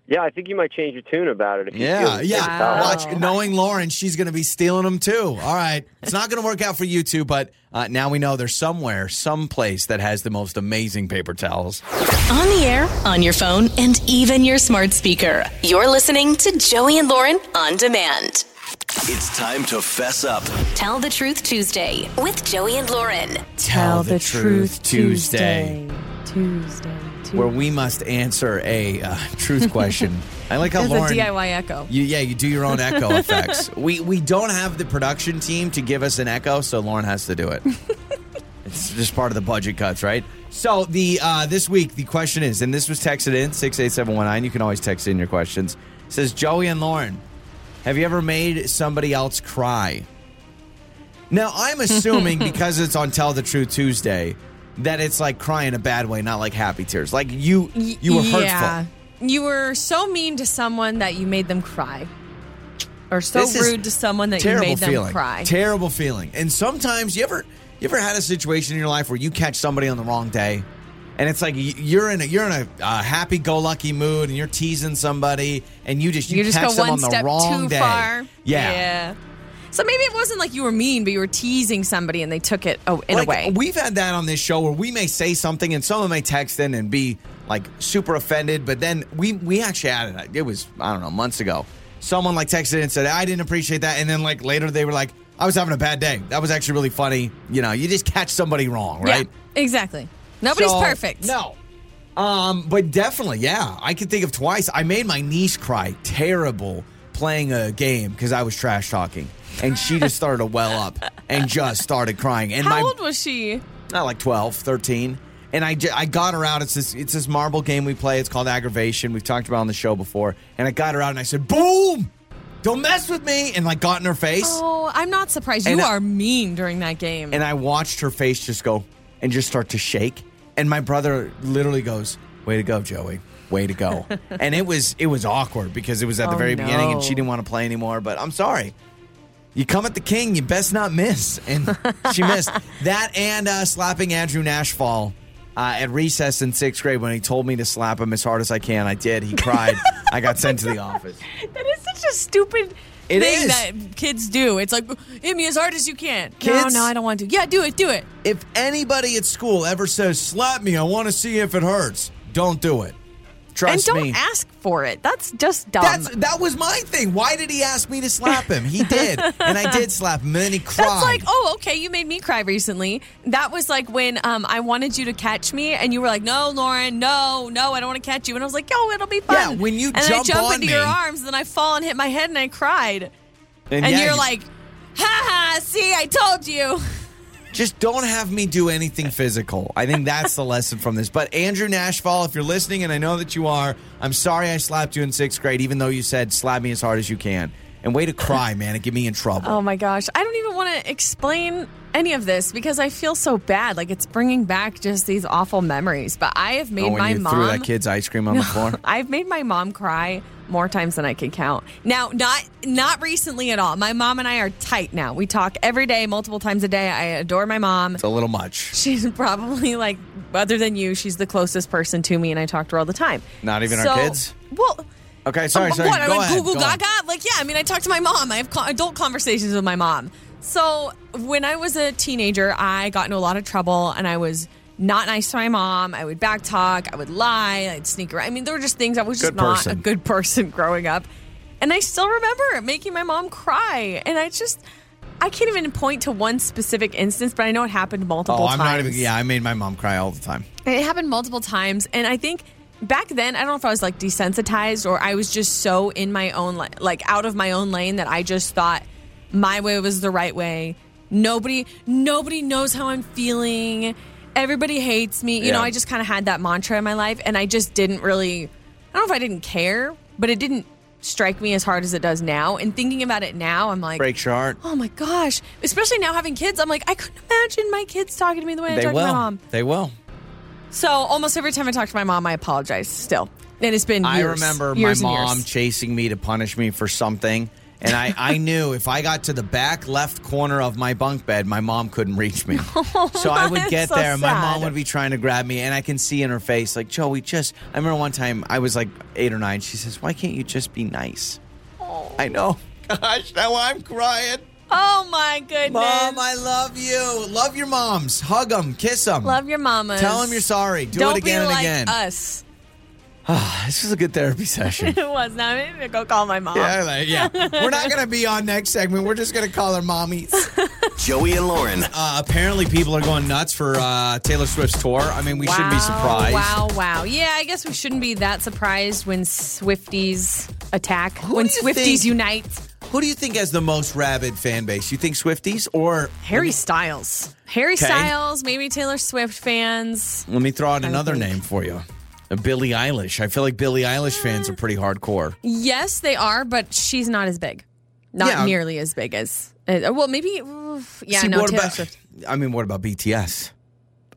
S8: Yeah, I think you might change your tune about it. If you
S2: Yeah,
S8: feel-
S2: yeah.
S3: Wow.
S2: Watch, knowing Lauren, she's going to be stealing them too. All right, it's not going to work out for you two, but uh, now we know there's somewhere, some place that has the most amazing paper towels.
S1: On the air, on your phone, and even your smart speaker. You're listening to Joey and Lauren on demand.
S7: It's time to fess up.
S1: Tell the Truth Tuesday with Joey and Lauren.
S2: Tell the truth Tuesday,
S3: Tuesday. Tuesday.
S2: where we must answer a uh, truth question. I like how
S3: There's
S2: Lauren.
S3: a DIY echo.
S2: You, yeah, you do your own echo
S3: [LAUGHS]
S2: effects. We we don't have the production team to give us an echo, so Lauren has to do
S3: [LAUGHS]
S2: it. it's just part of the budget cuts, right? So the uh, this week the question is, and this was texted in six eight seven one nine. You can always text in your questions. It says Joey and Lauren, have you ever made somebody else cry? Now I'm
S3: [LAUGHS]
S2: assuming because it's on Tell the Truth Tuesday that it's like crying a bad way, not like happy tears. Like you you were
S3: yeah.
S2: hurtful.
S3: You were so mean to someone that you made them cry. Or so
S2: This is
S3: rude to someone that you
S2: terrible
S3: made them
S2: feeling.
S3: cry.
S2: Terrible feeling. And sometimes you ever you ever had a situation in your life where you catch somebody on the wrong day, and it's like y- you're in a, you're in a uh, happy go lucky mood, and you're teasing somebody, and you just you,
S3: you just
S2: catch
S3: go
S2: them
S3: one
S2: on the
S3: step
S2: wrong
S3: too
S2: day.
S3: far.
S2: Yeah.
S3: So maybe it wasn't like you were mean, but you were teasing somebody and they took it oh, in
S2: Like,
S3: a way.
S2: We've had that on this show where we may say something and someone may text in and be like super offended, but then we we actually had it. It was I don't know months ago. Someone like texted in and said I didn't appreciate that, and then like later they were like I was having a bad day. That was actually really funny. You know, you just catch somebody wrong, right?
S3: Yeah, exactly. Nobody's
S2: So-
S3: perfect.
S2: No. Um, but definitely, yeah. I can think of twice. I made my niece cry terrible playing a game because I was trash talking. And she just started to well up and just started crying. And
S3: How
S2: my
S3: old was she?
S2: not like 12, 13. And I, ju- I got her out. It's this it's this marble game we play. It's called aggravation. We've talked about it on the show before. And I got her out and I said, "Boom! Don't mess with me!" And like got in her face.
S3: Oh, I'm not surprised.
S2: And
S3: you
S2: I-
S3: are mean during that game.
S2: and I watched her face just go and just start to shake. And my brother literally goes, "Way to go, Joey! Way to
S3: [LAUGHS]
S2: go!" and it was it was awkward because it was at the
S3: Oh,
S2: very beginning, and she
S3: no.
S2: didn't want to play anymore. But I'm sorry. You come at the king, you best not miss. And she
S3: [LAUGHS]
S2: missed that, and uh, slapping Andrew Nashfall uh, at recess in sixth grade when he told me to slap him as hard as I can. I did. He
S3: [LAUGHS]
S2: cried. I got sent to the office.
S3: that is such a stupid
S2: It
S3: thing
S2: is.
S3: that kids do. It's like, hit me as hard as you can.
S2: Kids-
S3: no, no, I don't want to. Yeah, do it, do it.
S2: If anybody at school ever says, "Slap me," I want to see if it hurts. Don't do it. Trust
S3: and don't
S2: me.
S3: ask for it. That's just dumb.
S2: That's that was my thing. Why did he ask me to slap him? He
S3: [LAUGHS]
S2: did, and I did slap him, and then he cried.
S3: That's like, oh, okay, you made me cry recently. That was like when um, I wanted you to catch me, and you were like, no, Lauren, no, no, I don't want to catch you. And I was like, yo, it'll be fun.
S2: Yeah, when you
S3: and then I
S2: jump
S3: jump
S2: on
S3: into
S2: me-
S3: your arms, and then I fall and hit my head, and I cried. And,
S2: yeah,
S3: you're
S2: you-
S3: like, ha ha, see, I told you.
S2: just don't have me do anything physical. I think that's the lesson from this. But Andrew Nashfall, if you're listening, and I know that you are, I'm sorry I slapped you in sixth grade, even though you said slap me as hard as you can. And way to cry, man, and get me in trouble.
S3: Oh my gosh, I don't even want to explain any of this because I feel so bad. Like it's bringing back just these awful memories. But I have made
S2: Oh, when
S3: my
S2: you
S3: mom.
S2: threw that kid's ice cream on the
S3: [LAUGHS]
S2: floor.
S3: I've made my mom cry more times than I can count. Now, not not recently at all. My mom and I are tight now. We talk every day, multiple times a day. I adore my mom.
S2: It's a little much.
S3: She's [LAUGHS] probably like, other than you, she's the closest person to me, and I talk to her all the time.
S2: Not even our
S3: So-
S2: kids?
S3: Well,
S2: Okay, sorry, sorry.
S3: Uh, what? I
S2: Go
S3: went
S2: ahead,
S3: Google
S2: go on.
S3: Gaga. Like, yeah. I mean, I talk to my mom. I have co- adult conversations with my mom. So when I was a teenager, I got into a lot of trouble, and I was not nice to my mom. I would backtalk. I would lie. I'd sneak around. I mean, there were just things I was just
S2: Good
S3: not a
S2: person.
S3: good [LAUGHS] person growing up. And I still remember making my mom cry. And I just, I can't even point to one specific instance, but I know it happened multiple
S2: Oh, I'm
S3: times.
S2: not even. Yeah, I made my mom cry all the time.
S3: It happened multiple times, and I think back then I don't know if I was like desensitized or I was just so in my own li- like out of my own lane that I just thought my way was the right way. Nobody nobody knows how I'm feeling. Everybody hates me. You know,
S2: Yeah.
S3: I just kind of had that mantra in my life and I just didn't really I don't know if I didn't care, but it didn't strike me as hard as it does now. And thinking about it now, I'm like
S2: Breaks your
S3: [GASPS]
S2: heart.
S3: Oh my gosh! Especially now having kids, I'm like I couldn't imagine my kids talking to me the way I
S2: they
S3: talk to my
S2: will.
S3: mom.
S2: They will.
S3: So almost every time I talk to my mom, I apologize still. And it's been
S2: I
S3: years,
S2: remember
S3: years
S2: my
S3: and
S2: mom
S3: years.
S2: chasing me to punish me for something. And I,
S3: [LAUGHS]
S2: I knew if I got to the back left corner of my bunk bed, my mom couldn't reach
S3: [LAUGHS]
S2: me. so I would
S3: Oh, that's
S2: get
S3: so
S2: there, and my mom
S3: sad.
S2: would be trying to grab me, and I can see in her face, like, Joey, just. I remember one time I was like eight or nine. She says, Why can't you just be nice? I
S3: [LAUGHS]
S2: know. Gosh, now I'm crying.
S3: Oh my goodness.
S2: Mom, I love you. Love your moms. Hug them, kiss them.
S3: love your mama.
S2: Tell them you're sorry. Do
S3: Don't
S2: it again
S3: be
S2: and
S3: like
S2: again.
S3: us. [LAUGHS]
S2: This was a good therapy session.
S3: It was now. I'm gonna go call my
S2: [LAUGHS]
S3: mom.
S2: Yeah, like, yeah. We're not going to be on next segment. We're just going to call her mommies.
S7: Joey and Lauren.
S2: Uh, apparently, people are going nuts for uh, Taylor Swift's tour. I mean, we shouldn't be surprised.
S3: Wow, wow. Yeah, I guess we shouldn't be that surprised when Swifties attack. when
S2: do you
S3: Swifties
S2: think-
S3: unite.
S2: Who do you think has the most rabid fan base? You think Swifties or
S3: Harry Styles. Harry Styles, maybe Taylor Swift fans.
S2: Let me throw out another name for you. Uh, Billie Eilish. I feel like Billie Eilish fans are pretty hardcore.
S3: Yes, they are, but she's not as big. Not
S2: Yeah.
S3: nearly as big as. uh, well, maybe. oof, yeah,
S2: See,
S3: no,
S2: what
S3: Taylor
S2: about,
S3: Swift.
S2: I mean, what about BTS?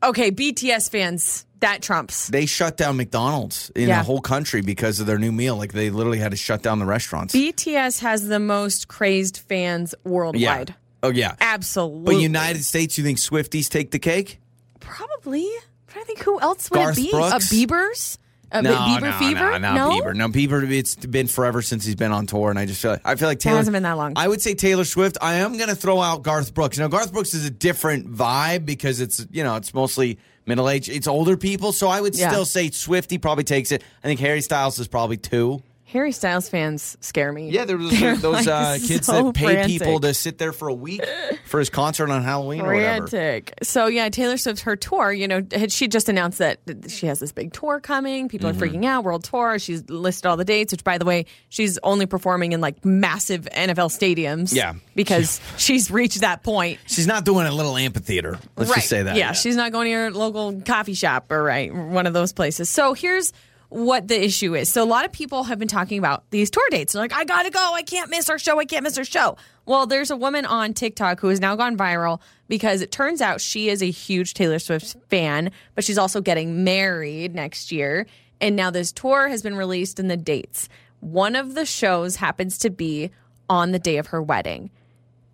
S3: Okay, BTS fans, that trumps.
S2: They shut down McDonald's in
S3: Yeah.
S2: the whole country because of their new meal. Like, they literally had to shut down the restaurants.
S3: BTS has the most crazed fans
S2: yeah.
S3: worldwide.
S2: Oh, yeah.
S3: Absolutely.
S2: But United States, you think Swifties take the cake?
S3: Probably. I'm trying to think who else would
S2: Garth
S3: it be?
S2: Brooks?
S3: Uh, Bieber's? Uh,
S2: No,
S3: Bieber
S2: no,
S3: fever?
S2: No, no, Bieber. No, Bieber. It's been forever since he's been on tour, and I just feel like I feel like Taylor
S3: hasn't been that long.
S2: I would say Taylor Swift. I am going to throw out Garth Brooks. Now, Garth Brooks is a different vibe because it's you know it's mostly middle age, it's older people. So I would
S3: Yeah.
S2: still say Swifty probably takes it. I think Harry Styles is probably two.
S3: Harry Styles fans scare me.
S2: Yeah, there was
S3: [LAUGHS] They're,
S2: those, those uh,
S3: like,
S2: kids
S3: so
S2: that pay people
S3: frantic.
S2: to sit there for a week for his concert on Halloween or whatever.
S3: Frantic. So yeah, Taylor Swift, her tour. You know, had she just announced that she has this big tour coming? People
S2: Mm-hmm.
S3: are freaking out. World tour. She's listed all the dates. Which, by the way, she's only performing in like massive NFL stadiums.
S2: Yeah.
S3: because she's reached that point.
S2: She's not doing a little amphitheater. Let's just say that.
S3: Yeah, she's not going to your local coffee shop or right one of those places. So here's what the issue is. So a lot of people have been talking about these tour dates. They're like, I gotta go. I can't miss her show. I can't miss her show. Well, there's a woman on TikTok who has now gone viral because it turns out she is a huge Taylor Swift fan, but she's also getting married next year. And now this tour has been released and the dates. One of the shows happens to be on the day of her wedding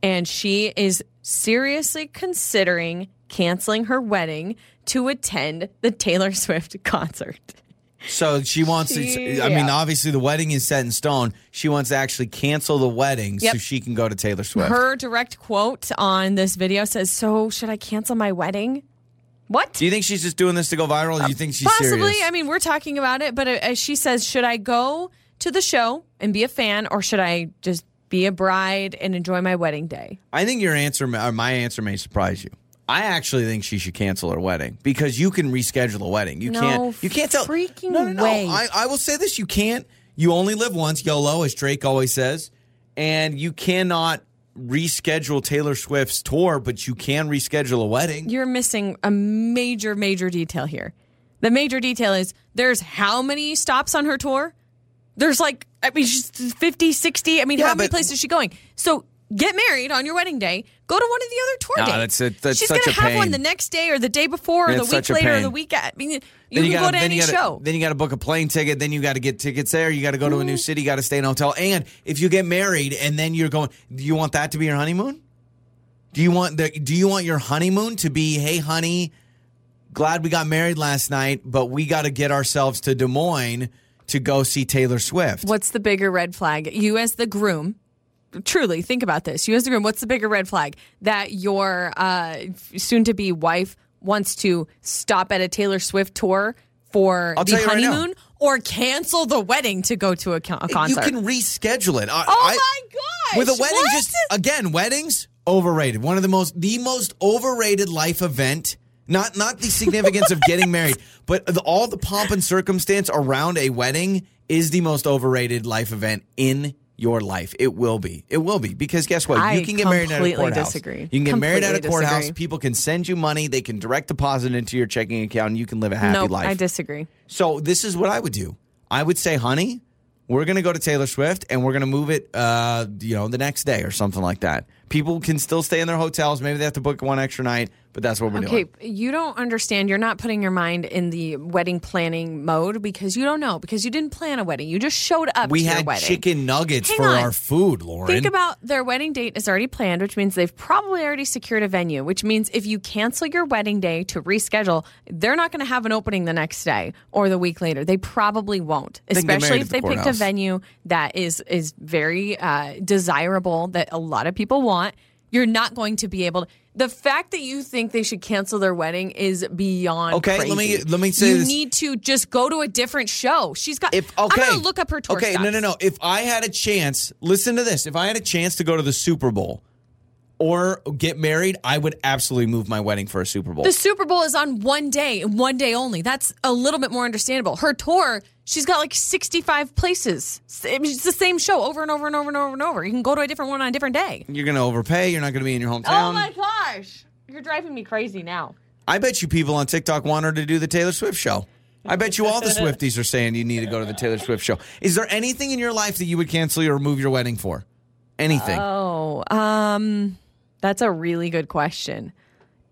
S3: and she is seriously considering canceling her wedding to attend the Taylor [LAUGHS] Swift concert.
S2: So she wants
S3: She-
S2: to. I mean,
S3: yeah.
S2: obviously the wedding is set in stone. She wants to actually cancel the wedding so
S3: Yep.
S2: she can go to Taylor Swift.
S3: Her direct quote on this video says, "So should I cancel my wedding?" What?
S2: do you think she's just doing this to go viral? Or do you think she's
S3: Possibly.
S2: serious?
S3: I mean, we're talking about it, but uh, uh, she says, "Should I go to the show and be a fan, or should I just be a bride and enjoy my wedding day?"
S2: I think your answer, or my answer, may surprise you. I actually think she should cancel her wedding because you can reschedule a wedding. You
S3: No
S2: can't. You can't tell.
S3: freaking
S2: no, no, no.
S3: way.
S2: I, I will say this: you can't. You only live once, YOLO, as Drake always says, and you cannot reschedule Taylor Swift's tour, but you can reschedule a wedding.
S3: you're missing a major, major detail here. The major detail is there's how many stops on her tour? There's like, I mean, she's 50, 60. I mean,
S2: Yeah,
S3: how many
S2: but-
S3: places is she going? So get married on your wedding day. Go to one of the other tour
S2: Nah,
S3: dates.
S2: that's a- that's
S3: she's
S2: such
S3: gonna
S2: a
S3: have one
S2: pain.
S3: the next day or the day before or
S2: That's
S3: the
S2: such
S3: week
S2: a
S3: later or
S2: pain.
S3: the week. I mean, you
S2: Then
S3: can
S2: gotta-
S3: go to
S2: then
S3: any
S2: you gotta,
S3: show. Mm-hmm.
S2: Then you got to book a plane ticket. Then you got to get tickets there. You got to go to a new city. Got to stay in a hotel. And if you get married, and then you're going, do you want that to be your honeymoon? Do you want the? Do you want your honeymoon to be, hey, honey, glad we got married last night, but we got to get ourselves to Des Moines to go see Taylor Swift.
S3: What's the bigger red flag? You as the groom, truly think about this. You as the groom, what's the bigger red flag that your uh, soon-to-be wife wants to stop at a Taylor Swift tour for
S2: I'll
S3: the
S2: tell you right now.
S3: honeymoon or cancel the wedding to go to a, con- a
S2: You
S3: concert.
S2: can reschedule it. I-
S3: oh
S2: I-
S3: my gosh!
S2: With a wedding,
S3: What?
S2: just again, weddings overrated. One of the most, the most overrated life event. Not not the significance of
S3: [LAUGHS]
S2: getting married, but the, all the pomp and circumstance around a wedding is the most overrated life event in your life. It will be. It will be because guess what?
S3: I
S2: you can get married at a
S3: completely
S2: courthouse.
S3: disagree.
S2: You can get married at a
S3: Completely
S2: courthouse.
S3: disagree.
S2: People can send you money. They can direct deposit into your checking account, and you can live a happy
S3: Nope,
S2: life.
S3: I disagree.
S2: So this is what I would do. I would say, honey, we're gonna go to Taylor Swift and we're gonna move it, uh, you know, the next day or something like that. People can still stay in their hotels. Maybe they have to book one extra night, but that's what we're
S3: Okay,
S2: doing.
S3: you don't understand. You're not putting your mind in the wedding planning mode because you don't know because you didn't plan a wedding. You just showed up.
S2: We
S3: to your
S2: had
S3: wedding.
S2: chicken nuggets
S3: Hang
S2: for
S3: on.
S2: our food, Lauren.
S3: Think about their wedding date is already planned, which means they've probably already secured a venue, which means if you cancel your wedding day to reschedule, they're not going to have an opening the next day or the week later. They probably won't,
S2: think they're
S3: especially
S2: married
S3: if
S2: at
S3: they
S2: the
S3: picked a
S2: courthouse.
S3: venue that is is very uh, desirable that a lot of people want. You're not going to be able to. The fact that you think they should cancel their wedding is beyond
S2: Okay, let me-
S3: crazy.
S2: let me say
S3: you
S2: this.
S3: need to just go to a different show. She's got.
S2: If okay,
S3: I'm gonna look up her tour.
S2: Okay, no,
S3: stops.
S2: no, no. If I had a chance, listen to this. If I had a chance to go to the Super Bowl or get married, I would absolutely move my wedding for a Super Bowl.
S3: The Super Bowl is on one day and one day only. That's a little bit more understandable. Her tour, she's got like 65 places. I mean, It's the same show over and over and over and over and over. You can go to a different one on a different day.
S2: you're gonna overpay. You're not gonna be in your hometown.
S3: Oh my gosh. You're driving me crazy now.
S2: I bet you people on TikTok want her to do the Taylor Swift show. I bet you all the Swifties are saying you need to go to the Taylor Swift show. Is there anything in your life that you would cancel or remove your wedding for? Anything.
S3: Oh, um, that's a really good question.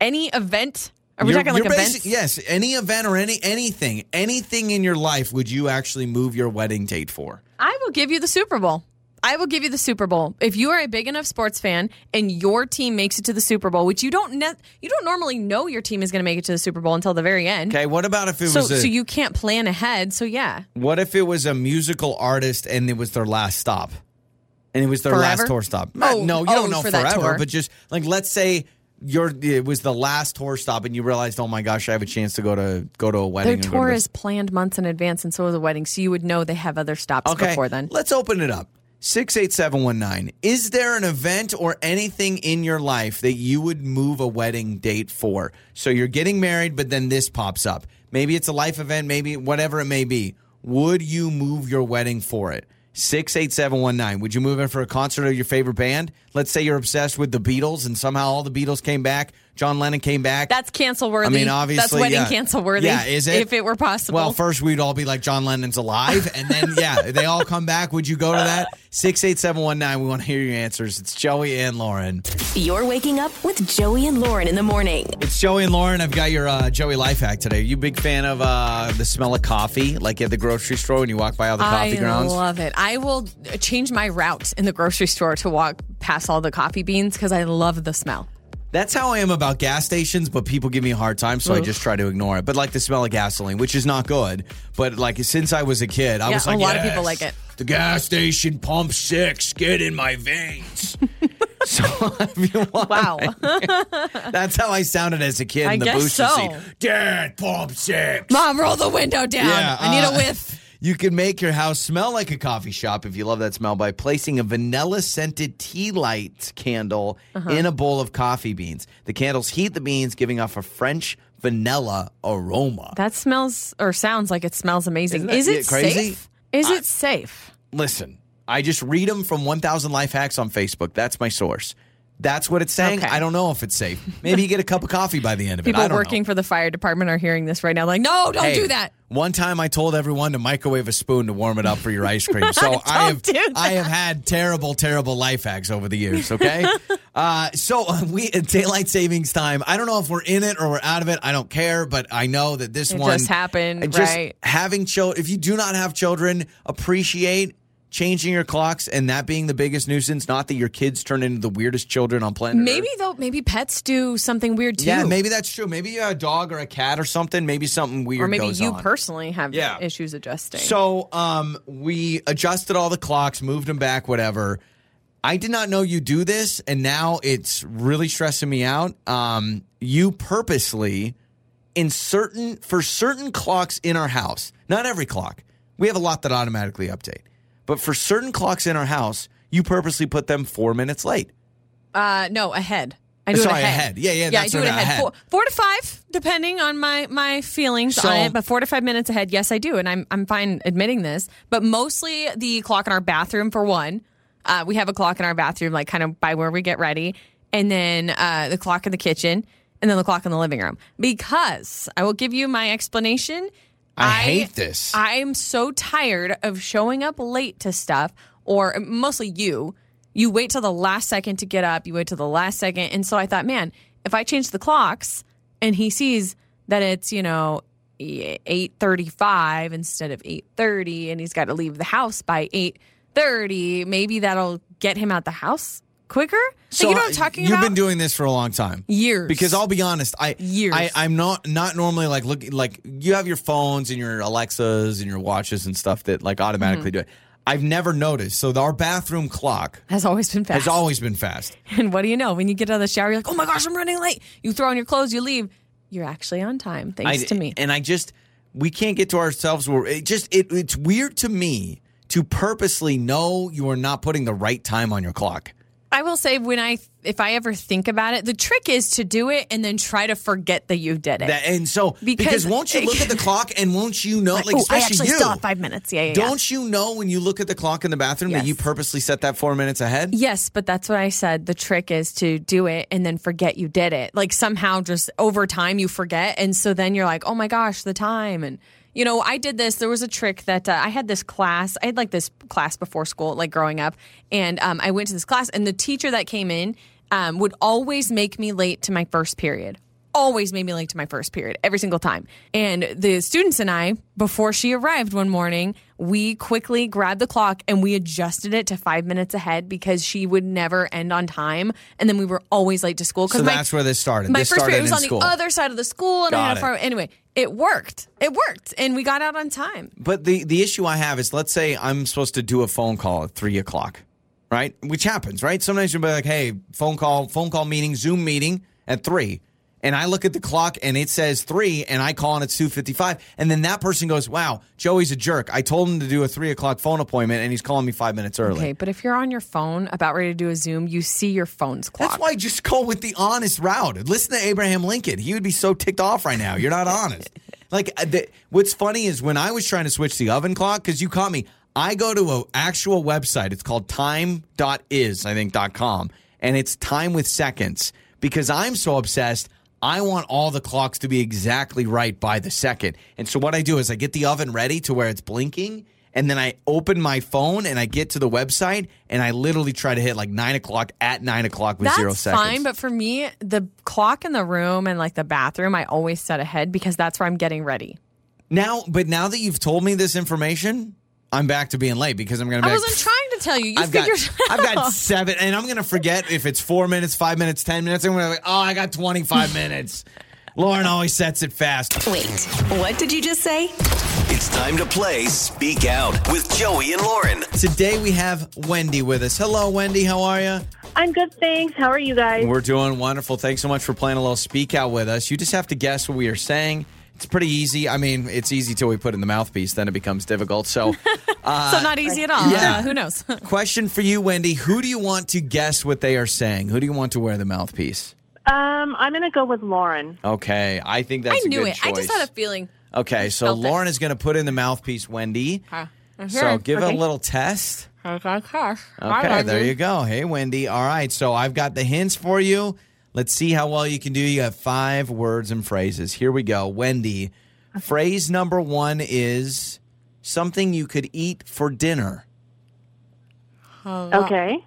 S3: Any event? Are we
S2: You're-
S3: talking like
S2: you're
S3: events?
S2: basi- yes, any event or any anything, anything in your life would you actually move your wedding date for?
S3: I will give you the Super Bowl. I will give you the Super Bowl. If you are a big enough sports fan and your team makes it to the Super Bowl, which you don't ne- you don't normally know your team is going to make it to the Super Bowl until the very end.
S2: Okay, what about if it
S3: So
S2: was a
S3: so you can't plan ahead. So yeah.
S2: what if it was a musical artist and it was their last stop? And it was their last
S3: Forever?
S2: tour stop. Uh,
S3: Oh,
S2: no, you
S3: oh,
S2: don't know
S3: for that
S2: forever,
S3: tour.
S2: but just like let's say your it was the last tour stop and you realized, "Oh my gosh, I have a chance to go to go to a wedding."
S3: Their
S2: and go to
S3: tour
S2: this-
S3: is planned months in advance and so is the wedding, so you would know they have other stops
S2: Okay.
S3: before then.
S2: Let's open it up. 68719. Is there an event or anything in your life that you would move a wedding date for? So you're getting married, but then this pops up. Maybe it's a life event, maybe whatever it may be. Would you move your wedding for it? 68719. Would you move it for a concert of your favorite band? Let's say you're obsessed with the Beatles and somehow all the Beatles came back. John Lennon came back.
S3: That's cancel worthy.
S2: I mean, obviously,
S3: that's wedding
S2: yeah.
S3: cancel worthy.
S2: Yeah, is it?
S3: If it were possible.
S2: Well, first we'd all be like John Lennon's alive, and
S3: [LAUGHS]
S2: then yeah, they all come back. Would you go to that six eight seven one nine? We want to hear your answers. It's Joey and Lauren.
S1: You're waking up with Joey and Lauren in the morning.
S2: It's Joey and Lauren. I've got your uh, Joey life hack today. Are you a big fan of uh, the smell of coffee, like at the grocery store when you walk by all the coffee
S3: I
S2: grounds?
S3: love it. I will change my route in the grocery store to walk past all the coffee beans because I love the smell.
S2: That's how I am about gas stations, but people give me a hard time, so I just try to ignore it. But like the smell of gasoline, which is not good. But like since I was a kid, I
S3: Yeah,
S2: was
S3: a
S2: like,
S3: lot of
S2: "Yes,
S3: people like it."
S2: The gas station pump six, get in my
S3: [LAUGHS]
S2: veins. so if you want, [LAUGHS]
S3: Wow.
S2: That's how I sounded as a kid
S3: I
S2: in the
S3: guess
S2: booster
S3: so.
S2: seat. Dad, pump six.
S3: Mom, roll the window down.
S2: Yeah,
S3: I need
S2: uh,
S3: a whiff.
S2: You can make your house smell like a coffee shop if you love that smell by placing a vanilla scented tea light candle
S3: Uh-huh.
S2: in a bowl of coffee beans. The candles heat the beans, giving off a French vanilla aroma.
S3: That smells or sounds like it smells
S2: Isn't
S3: amazing.
S2: that
S3: Is it
S2: crazy?
S3: safe? Is it safe?
S2: Listen, I just read them from 1000 Life Hacks on Facebook. That's my source. That's what it's saying.
S3: Okay.
S2: I don't know if it's safe. Maybe you get a cup of coffee by the end of it. I
S3: People
S2: don't
S3: working
S2: know.
S3: for the fire department are hearing this right now. Like, no, don't
S2: Hey,
S3: do that.
S2: One time I told everyone to microwave a spoon to warm it up for your ice
S3: [LAUGHS]
S2: cream. So I have
S3: do that.
S2: I have had terrible, terrible life hacks over the years,
S3: [LAUGHS]
S2: okay? uh, so uh, we at daylight savings time. I don't know if we're in it or we're out of it. I don't care, but I know that this
S3: It
S2: one
S3: just happened,
S2: and just
S3: right?
S2: having children if you do not have children, appreciate changing your clocks and that being the biggest nuisance, not that your kids turn into the weirdest children on planet Earth.
S3: Maybe though, maybe pets do something weird too.
S2: Yeah, maybe that's true. Maybe you have a dog or a cat or something. Maybe something weird
S3: or maybe
S2: goes
S3: you
S2: on.
S3: personally have
S2: Yeah.
S3: issues adjusting.
S2: So um, we adjusted all the clocks, moved them back, whatever. I did not know you do this, and now it's really stressing me out. Um, you purposely in certain for certain clocks in our house, not every clock. We have a lot that automatically update. But for certain clocks in our house, you purposely put them 4 minutes late.
S3: Uh, no, ahead. I do
S2: Uh, Sorry,
S3: it ahead.
S2: ahead. Yeah, yeah,
S3: yeah.
S2: that's
S3: I do
S2: what
S3: it
S2: I
S3: ahead.
S2: had.
S3: Four, four to five, depending on my my feelings
S2: So-
S3: on it. But four to five minutes ahead, yes, I do, and I'm I'm fine admitting this. But mostly the clock in our bathroom for one. Uh, we have a clock in our bathroom, like kind of by where we get ready, and then uh, the clock in the kitchen, and then the clock in the living room. Because I will give you my explanation.
S2: I hate this.
S3: I'm so tired of showing up late to stuff, or mostly you. You wait till the last second to get up, you wait till the last second. And so I thought, man, if I change the clocks and he sees that it's, you know, 8:35 instead of 8:30 and he's got to leave the house by 8:30, maybe that'll get him out the house quicker? So you know what I'm talking
S2: you've
S3: about?
S2: been doing this for a long time.
S3: Years.
S2: Because I'll be honest, I
S3: Years.
S2: I, I'm not not normally like look like you have your phones and your Alexas and your watches and stuff that like automatically do
S3: Mm-hmm.
S2: it. I've never noticed. So the- our bathroom clock
S3: has always been fast.
S2: has always been fast.
S3: [LAUGHS] And what do you know? When you get out of the shower, you're like, oh my gosh, I'm running late. You throw on your clothes, you leave. You're actually on time, thanks
S2: I-
S3: to me.
S2: And I just we can't get to ourselves where it just it, it's weird to me to purposely know you are not putting the right time on your clock.
S3: I will say, when I, if I ever think about it, the trick is to do it and then try to forget that you did it.
S2: That and so because,
S3: Because-
S2: won't you look
S3: [LAUGHS]
S2: at the clock and won't you know like
S3: Ooh, I
S2: especially
S3: actually
S2: you
S3: still have five minutes. Yeah, yeah, yeah.
S2: Don't you know when you look at the clock in the bathroom that
S3: Yes.
S2: you purposely set that four minutes ahead?
S3: Yes, but that's what I said. The trick is to do it and then forget you did it. Like somehow just over time you forget. And so then you're like, oh my gosh, the time. And, you know, I did this. There was a trick that uh, I had this class. I had like this class before school, like growing up. And um, I went to this class, and the teacher that came in um, would always make me late to my first period always made me late to my first period every single time. And the students and I, before she arrived one morning, we quickly grabbed the clock and we adjusted it to five minutes ahead because she would never end on time. And then we were always late to school because
S2: So
S3: my,
S2: that's where this started.
S3: my
S2: This
S3: first
S2: started
S3: period was
S2: in
S3: on
S2: school.
S3: the other side of the school, and I
S2: Got
S3: had
S2: it.
S3: a far anyway. It worked. It worked, and we got out on time.
S2: But the, the issue I have is let's say I'm supposed to do a phone call at three o'clock, right? Which happens, right? Sometimes you'll be like, hey, phone call, phone call meeting, Zoom meeting at three. And I look at the clock and it says three, and I call and it's two fifty five. And then that person goes, Wow, Joey's a jerk. I told him to do a three o'clock phone appointment and he's calling me five minutes early.
S3: Okay, but if you're on your phone about ready to do a Zoom, you see your phone's clock.
S2: That's why just go with the honest route. Listen to Abraham Lincoln. He would be so ticked off right now. You're not honest. Like uh, the, what's funny is when I was trying to switch the oven clock cuz you caught me. I go to an actual website. It's called time.is, I think .com, and it's time with seconds because I'm so obsessed I want all the clocks to be exactly right by the second. And so what I do is I get the oven ready to where it's blinking, and then I open my phone and I get to the website and I literally try to hit like nine o'clock at nine o'clock with
S3: That's
S2: zero seconds.
S3: fine, but for me, the clock in the room and like the bathroom, I always set ahead because that's where I'm getting ready.
S2: now, but now that you've told me this information, I'm back to being late because I'm going to.
S3: I wasn't trying to tell you. You
S2: I've got,
S3: figured it out.
S2: I've got seven, and I'm gonna forget if it's four minutes, five minutes, ten minutes. I'm gonna be like, oh, I got
S3: [LAUGHS]
S2: 25 minutes. Lauren always sets it fast.
S1: Wait, what did you just say?
S7: It's time to play Speak Out with Joey and Lauren.
S2: Today we have Wendy with us. Hello, Wendy. How are you?
S5: I'm good, thanks. How are you guys?
S2: We're doing wonderful. Thanks so much for playing a little speak out with us. You just have to guess what we are saying. It's pretty easy. I mean, it's easy till we put in the mouthpiece, then it becomes difficult.
S3: [LAUGHS]
S2: So,
S3: so not easy at all.
S2: Yeah.
S3: Uh, who knows?
S2: question for you, Wendy Who do you want to guess what they are saying? Who do you want to wear the mouthpiece?
S5: Um, I'm gonna go with Lauren.
S2: Okay, I think
S3: I
S2: that's a
S3: knew
S2: good
S3: it. I just
S2: choice.
S3: had a feeling.
S2: Okay, so
S3: felt it.
S2: Lauren is going to put in the mouthpiece, Wendy.
S3: Huh.
S2: So give it a little test. Okay, there you go. Hey, Wendy. All right, so I've got the hints for you. Let's see how well you can do. You have five words and phrases. Here we go. Wendy, phrase number one is something you could eat for dinner. Oh.
S5: Okay.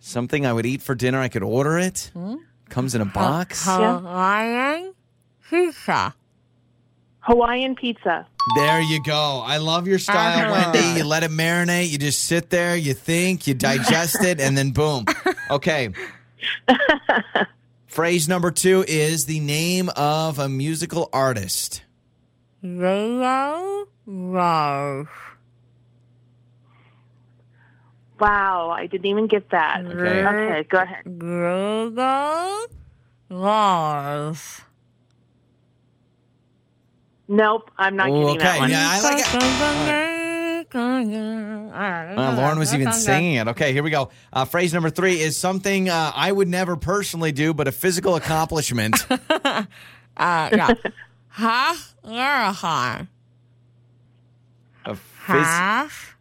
S2: Something I would eat for dinner. I could order it.
S3: Hmm?
S2: Comes in a box.
S5: Hawaiian pizza.
S2: There you go. I love your style,
S3: Uh-huh.
S2: Wendy. You let it marinate. You just sit there, you think, you digest it, and then
S3: [LAUGHS]
S2: boom. Okay. Phrase number two is the name of a musical artist.
S5: Wow, I didn't even get that.
S2: Okay.
S5: Okay, go ahead.
S3: Yes.
S5: Nope, I'm not
S2: Ooh,
S5: getting that
S2: okay.
S5: one.
S2: Yeah, I like it.
S3: Mm,
S2: Uh, Lauren was even singing it. Okay, here we go. Uh, phrase number three is something uh, I would never personally do, but a physical
S3: [LAUGHS]
S2: accomplishment.
S3: Uh, [LAUGHS] yeah. Half marathon.
S2: a phys-
S3: Half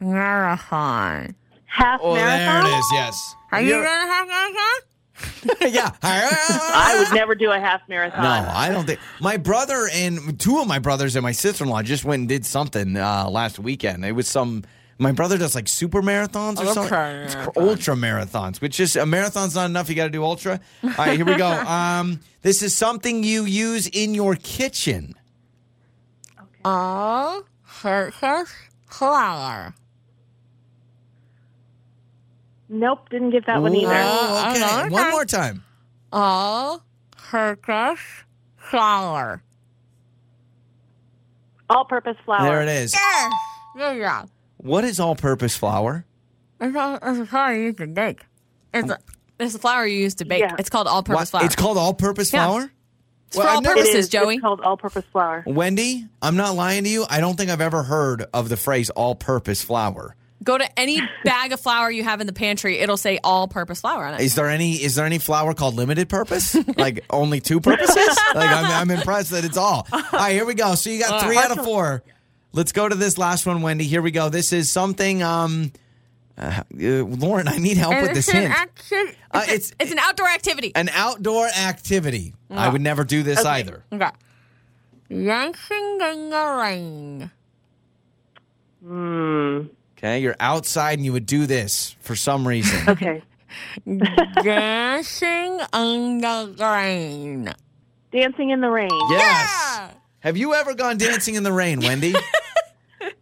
S3: marathon.
S5: Half
S2: oh, there
S5: marathon.
S2: it is. Yes.
S3: Are you gonna half marathon?
S2: [LAUGHS] yeah.
S3: [LAUGHS]
S5: I would never do a half marathon.
S2: No, I don't think my brother and two of my brothers and my sister in law just went and did something uh, last weekend. It was some. My brother does like super marathons or
S3: Ultra
S2: something, It's cr- ultra marathons, which is a marathon's not enough. You got to do ultra. All right, here we
S3: [LAUGHS]
S2: go. Um, this is something you use in your kitchen.
S3: All purpose flour.
S5: Nope, didn't get that one
S2: Ooh,
S5: either.
S3: Uh,
S2: okay, one
S3: another time.
S2: more time.
S3: All purpose flour.
S5: All-purpose flour.
S2: There it is.
S3: Yes. Good job.
S2: What is all-purpose flour?
S3: It's a, it's a flour you can bake. It's a, it's a flour you use to bake.
S5: Yeah.
S3: It's called all
S2: What-
S3: purpose flour.
S2: It's called all-purpose
S3: Yeah.
S2: flour.
S3: It's
S2: well,
S3: for
S2: I've
S3: all
S2: never-
S5: It
S3: purposes,
S5: is.
S3: Joey.
S5: It's called all-purpose flour.
S2: Wendy, I'm not lying to you. I don't think I've ever heard of the phrase all-purpose flour.
S3: Go to any bag of flour you have in the pantry. It'll say all purpose flour on it.
S2: Is there any is there any flour called limited purpose? like only two purposes? like I'm, I'm impressed that it's all. All right, here we go. So you got three out of four. Let's go to this last one, Wendy. Here we go. This is something. Um, uh, uh, Lauren, I need help with this
S3: It's an
S2: hint.
S3: action-
S2: Uh,
S3: it's,
S2: it's-
S3: it's an outdoor activity.
S2: An outdoor activity. I would never do this either.
S3: Oh. Okay. Dancing in the [LAUGHS] rain.
S5: Mm.
S2: Okay, you're outside and you would do this for some reason.
S5: Okay.
S3: Dancing in the rain.
S5: Dancing in the rain.
S2: yes. Have you ever gone dancing in the rain,
S3: [LAUGHS]
S2: Wendy?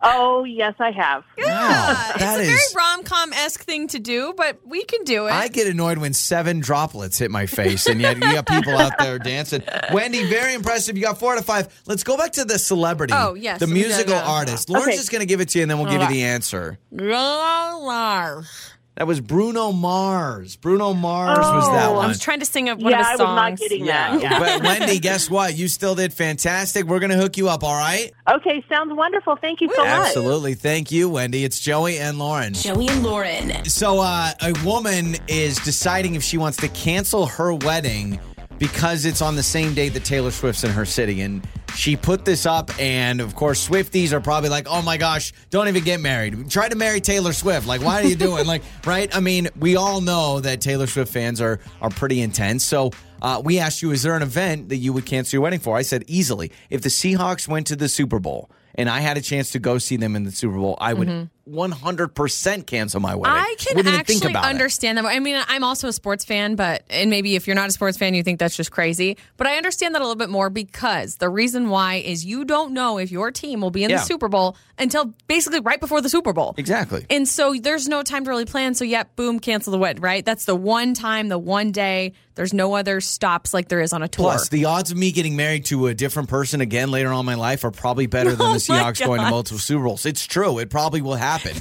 S5: Oh, yes, I have.
S2: Wow,
S3: Uh,
S2: that
S3: it's a
S2: is-
S3: very rom com esque thing to do, but we can do it.
S2: I get annoyed when seven droplets hit my face, and yet you got people out there dancing. Wendy, very impressive. You got four out of five. Let's go back to the celebrity.
S3: Oh, yes.
S2: the
S3: We gotta
S2: musical
S3: go.
S2: artist. Lauren's
S5: Okay.
S2: just going to give it to you, and then we'll give you
S3: Alright.
S2: the answer.
S3: Bruno Mars.
S2: That was Bruno Mars. Bruno Mars was that
S5: Oh,
S2: one.
S3: I was trying to sing a, one
S5: yeah,
S3: of
S5: I
S3: his
S5: was
S3: songs.
S5: not getting that. Yeah.
S2: but Wendy, guess what? You still did fantastic. We're going to hook you up, all right?
S5: Okay, sounds wonderful. Thank you so much.
S2: Absolutely. Thank you, Wendy. It's Joey and Lauren.
S1: Joey and Lauren.
S2: So, uh, a woman is deciding if she wants to cancel her wedding because it's on the same day that Taylor Swift's in her city. And she put this up, and of course, Swifties are probably like, oh my gosh, don't even get married. Try to marry Taylor Swift. Like, why are you doing? like, [LAUGHS] right? I mean, we all know that Taylor Swift fans are, are pretty intense. So, uh, we asked you, is there an event that you would cancel your wedding for? I said, easily. If the Seahawks went to the Super Bowl, and I had a chance to go see them in the Super Bowl, I would 100% cancel my wedding.
S3: I can
S2: Wouldn't even think
S3: actually
S2: about it.
S3: understand that. I mean, I'm also a sports fan, but and maybe if you're not a sports fan, you think that's just crazy. But I understand that a little bit more because the reason why is you don't know if your team will be in
S2: Yeah.
S3: the Super Bowl until basically right before the Super Bowl.
S2: Exactly.
S3: And so there's no time to really plan. So yep, boom, cancel the wedding. Right? That's the one time, the one day. There's no other stops like there is on a tour.
S2: Plus, the odds of me getting married to a different person again later on in my life are probably better
S3: [LAUGHS]
S2: than
S3: Oh
S2: the
S3: my
S2: Seahawks going to
S3: God.
S2: multiple Super Bowls. It's true. It probably will
S3: [LAUGHS]
S2: happen.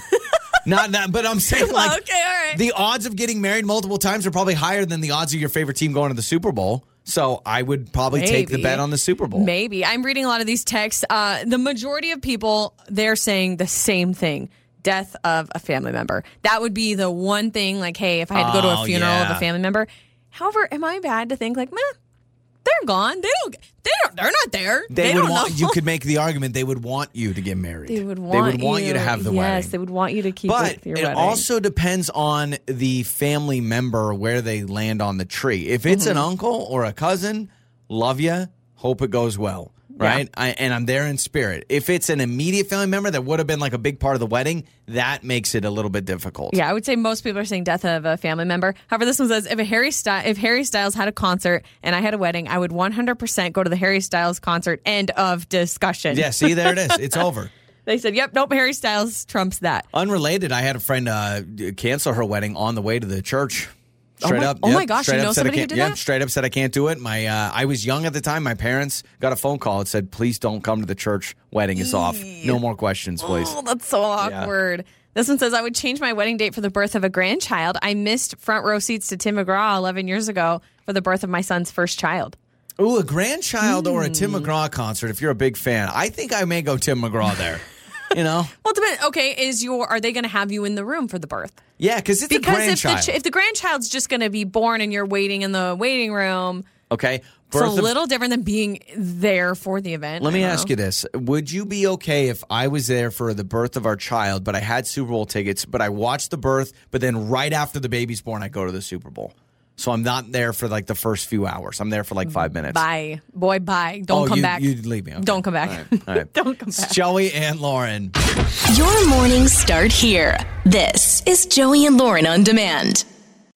S2: Not that, but I'm saying like
S3: okay, all right.
S2: the odds of getting married multiple times are probably higher than the odds of your favorite team going to the Super Bowl. So I would probably take the
S3: Maybe.
S2: bet on the Super Bowl.
S3: Maybe. I'm reading a lot of these texts. Uh, the majority of people, they're saying the same thing death of a family member. That would be the one thing, like, hey, if I had to go to
S2: Oh,
S3: a funeral
S2: yeah.
S3: of a family member. However, am I bad to think, like, man, they're gone. They don't, they don't, they're not there.
S2: They, would
S3: don't
S2: want
S3: know.
S2: you
S3: [LAUGHS]
S2: could make the argument they would want you to get married.
S3: They would want,
S2: you, to have the
S3: yes,
S2: wedding.
S3: they would want you to keep
S2: But
S3: with your
S2: it
S3: wedding.
S2: also depends on the family member where they land on the tree. If it's an uncle or a cousin, love you, hope it goes well, right? I, and I'm there in spirit. If it's an immediate family member that would have been like a big part of the wedding, that makes it a little bit difficult.
S3: Yeah, I would say most people are saying death of a family member. However, this one says if a Harry Sty- if Harry Styles had a concert and I had a wedding, I would 100% go to the Harry Styles concert. End of discussion.
S2: Yeah, see, there it is. It's over.
S3: They said, "Yep, nope, Harry Styles trumps that."
S2: Unrelated, I had a friend uh, d- cancel her wedding on the way to the church. Straight
S3: my-
S2: up.
S3: oh my
S2: yep,
S3: gosh,
S2: straight
S3: you
S2: up
S3: know
S2: said I
S3: somebody who
S2: can't-
S3: did
S2: yep,
S3: that?
S2: Straight up said I can't do it. My uh, I was young at the time. My parents got a phone call. It said, "Please don't come to the church. Wedding is off. No more questions, please."
S3: Oh, that's so awkward. This one says, "I would change my wedding date for the birth of a grandchild. I missed front row seats to Tim McGraw 11 years ago. for the birth of my son's first child.
S2: [GASPS] Ooh, a grandchild or a Tim McGraw concert if you're a big fan. I think I may go Tim McGraw [LAUGHS] there. you know?
S3: Well, depend. Okay, is your are they going to have you in the room for the birth?
S2: Yeah, because it's a
S3: Because if the
S2: grandchild.
S3: ch- if the grandchild's just going to be born and you're waiting in the waiting room,
S2: okay.
S3: it's a
S2: Birth of-
S3: little different than being there for the event.
S2: Let me ask you this. Would you be okay if I was there for the birth of our child, but I had Super Bowl tickets, but I watched the birth, but then right after the baby's born, I go to the Super Bowl? So I'm not there for like the first few hours. I'm there for like five minutes.
S3: Bye, boy. Bye. Don't
S2: oh,
S3: come
S2: you,
S3: back.
S2: You'd leave me. Okay.
S3: Don't come back.
S2: All right. All right.
S3: [LAUGHS] Don't come back.
S2: It's Joey and Lauren.
S1: Your mornings start here. This is Joey and Lauren on demand.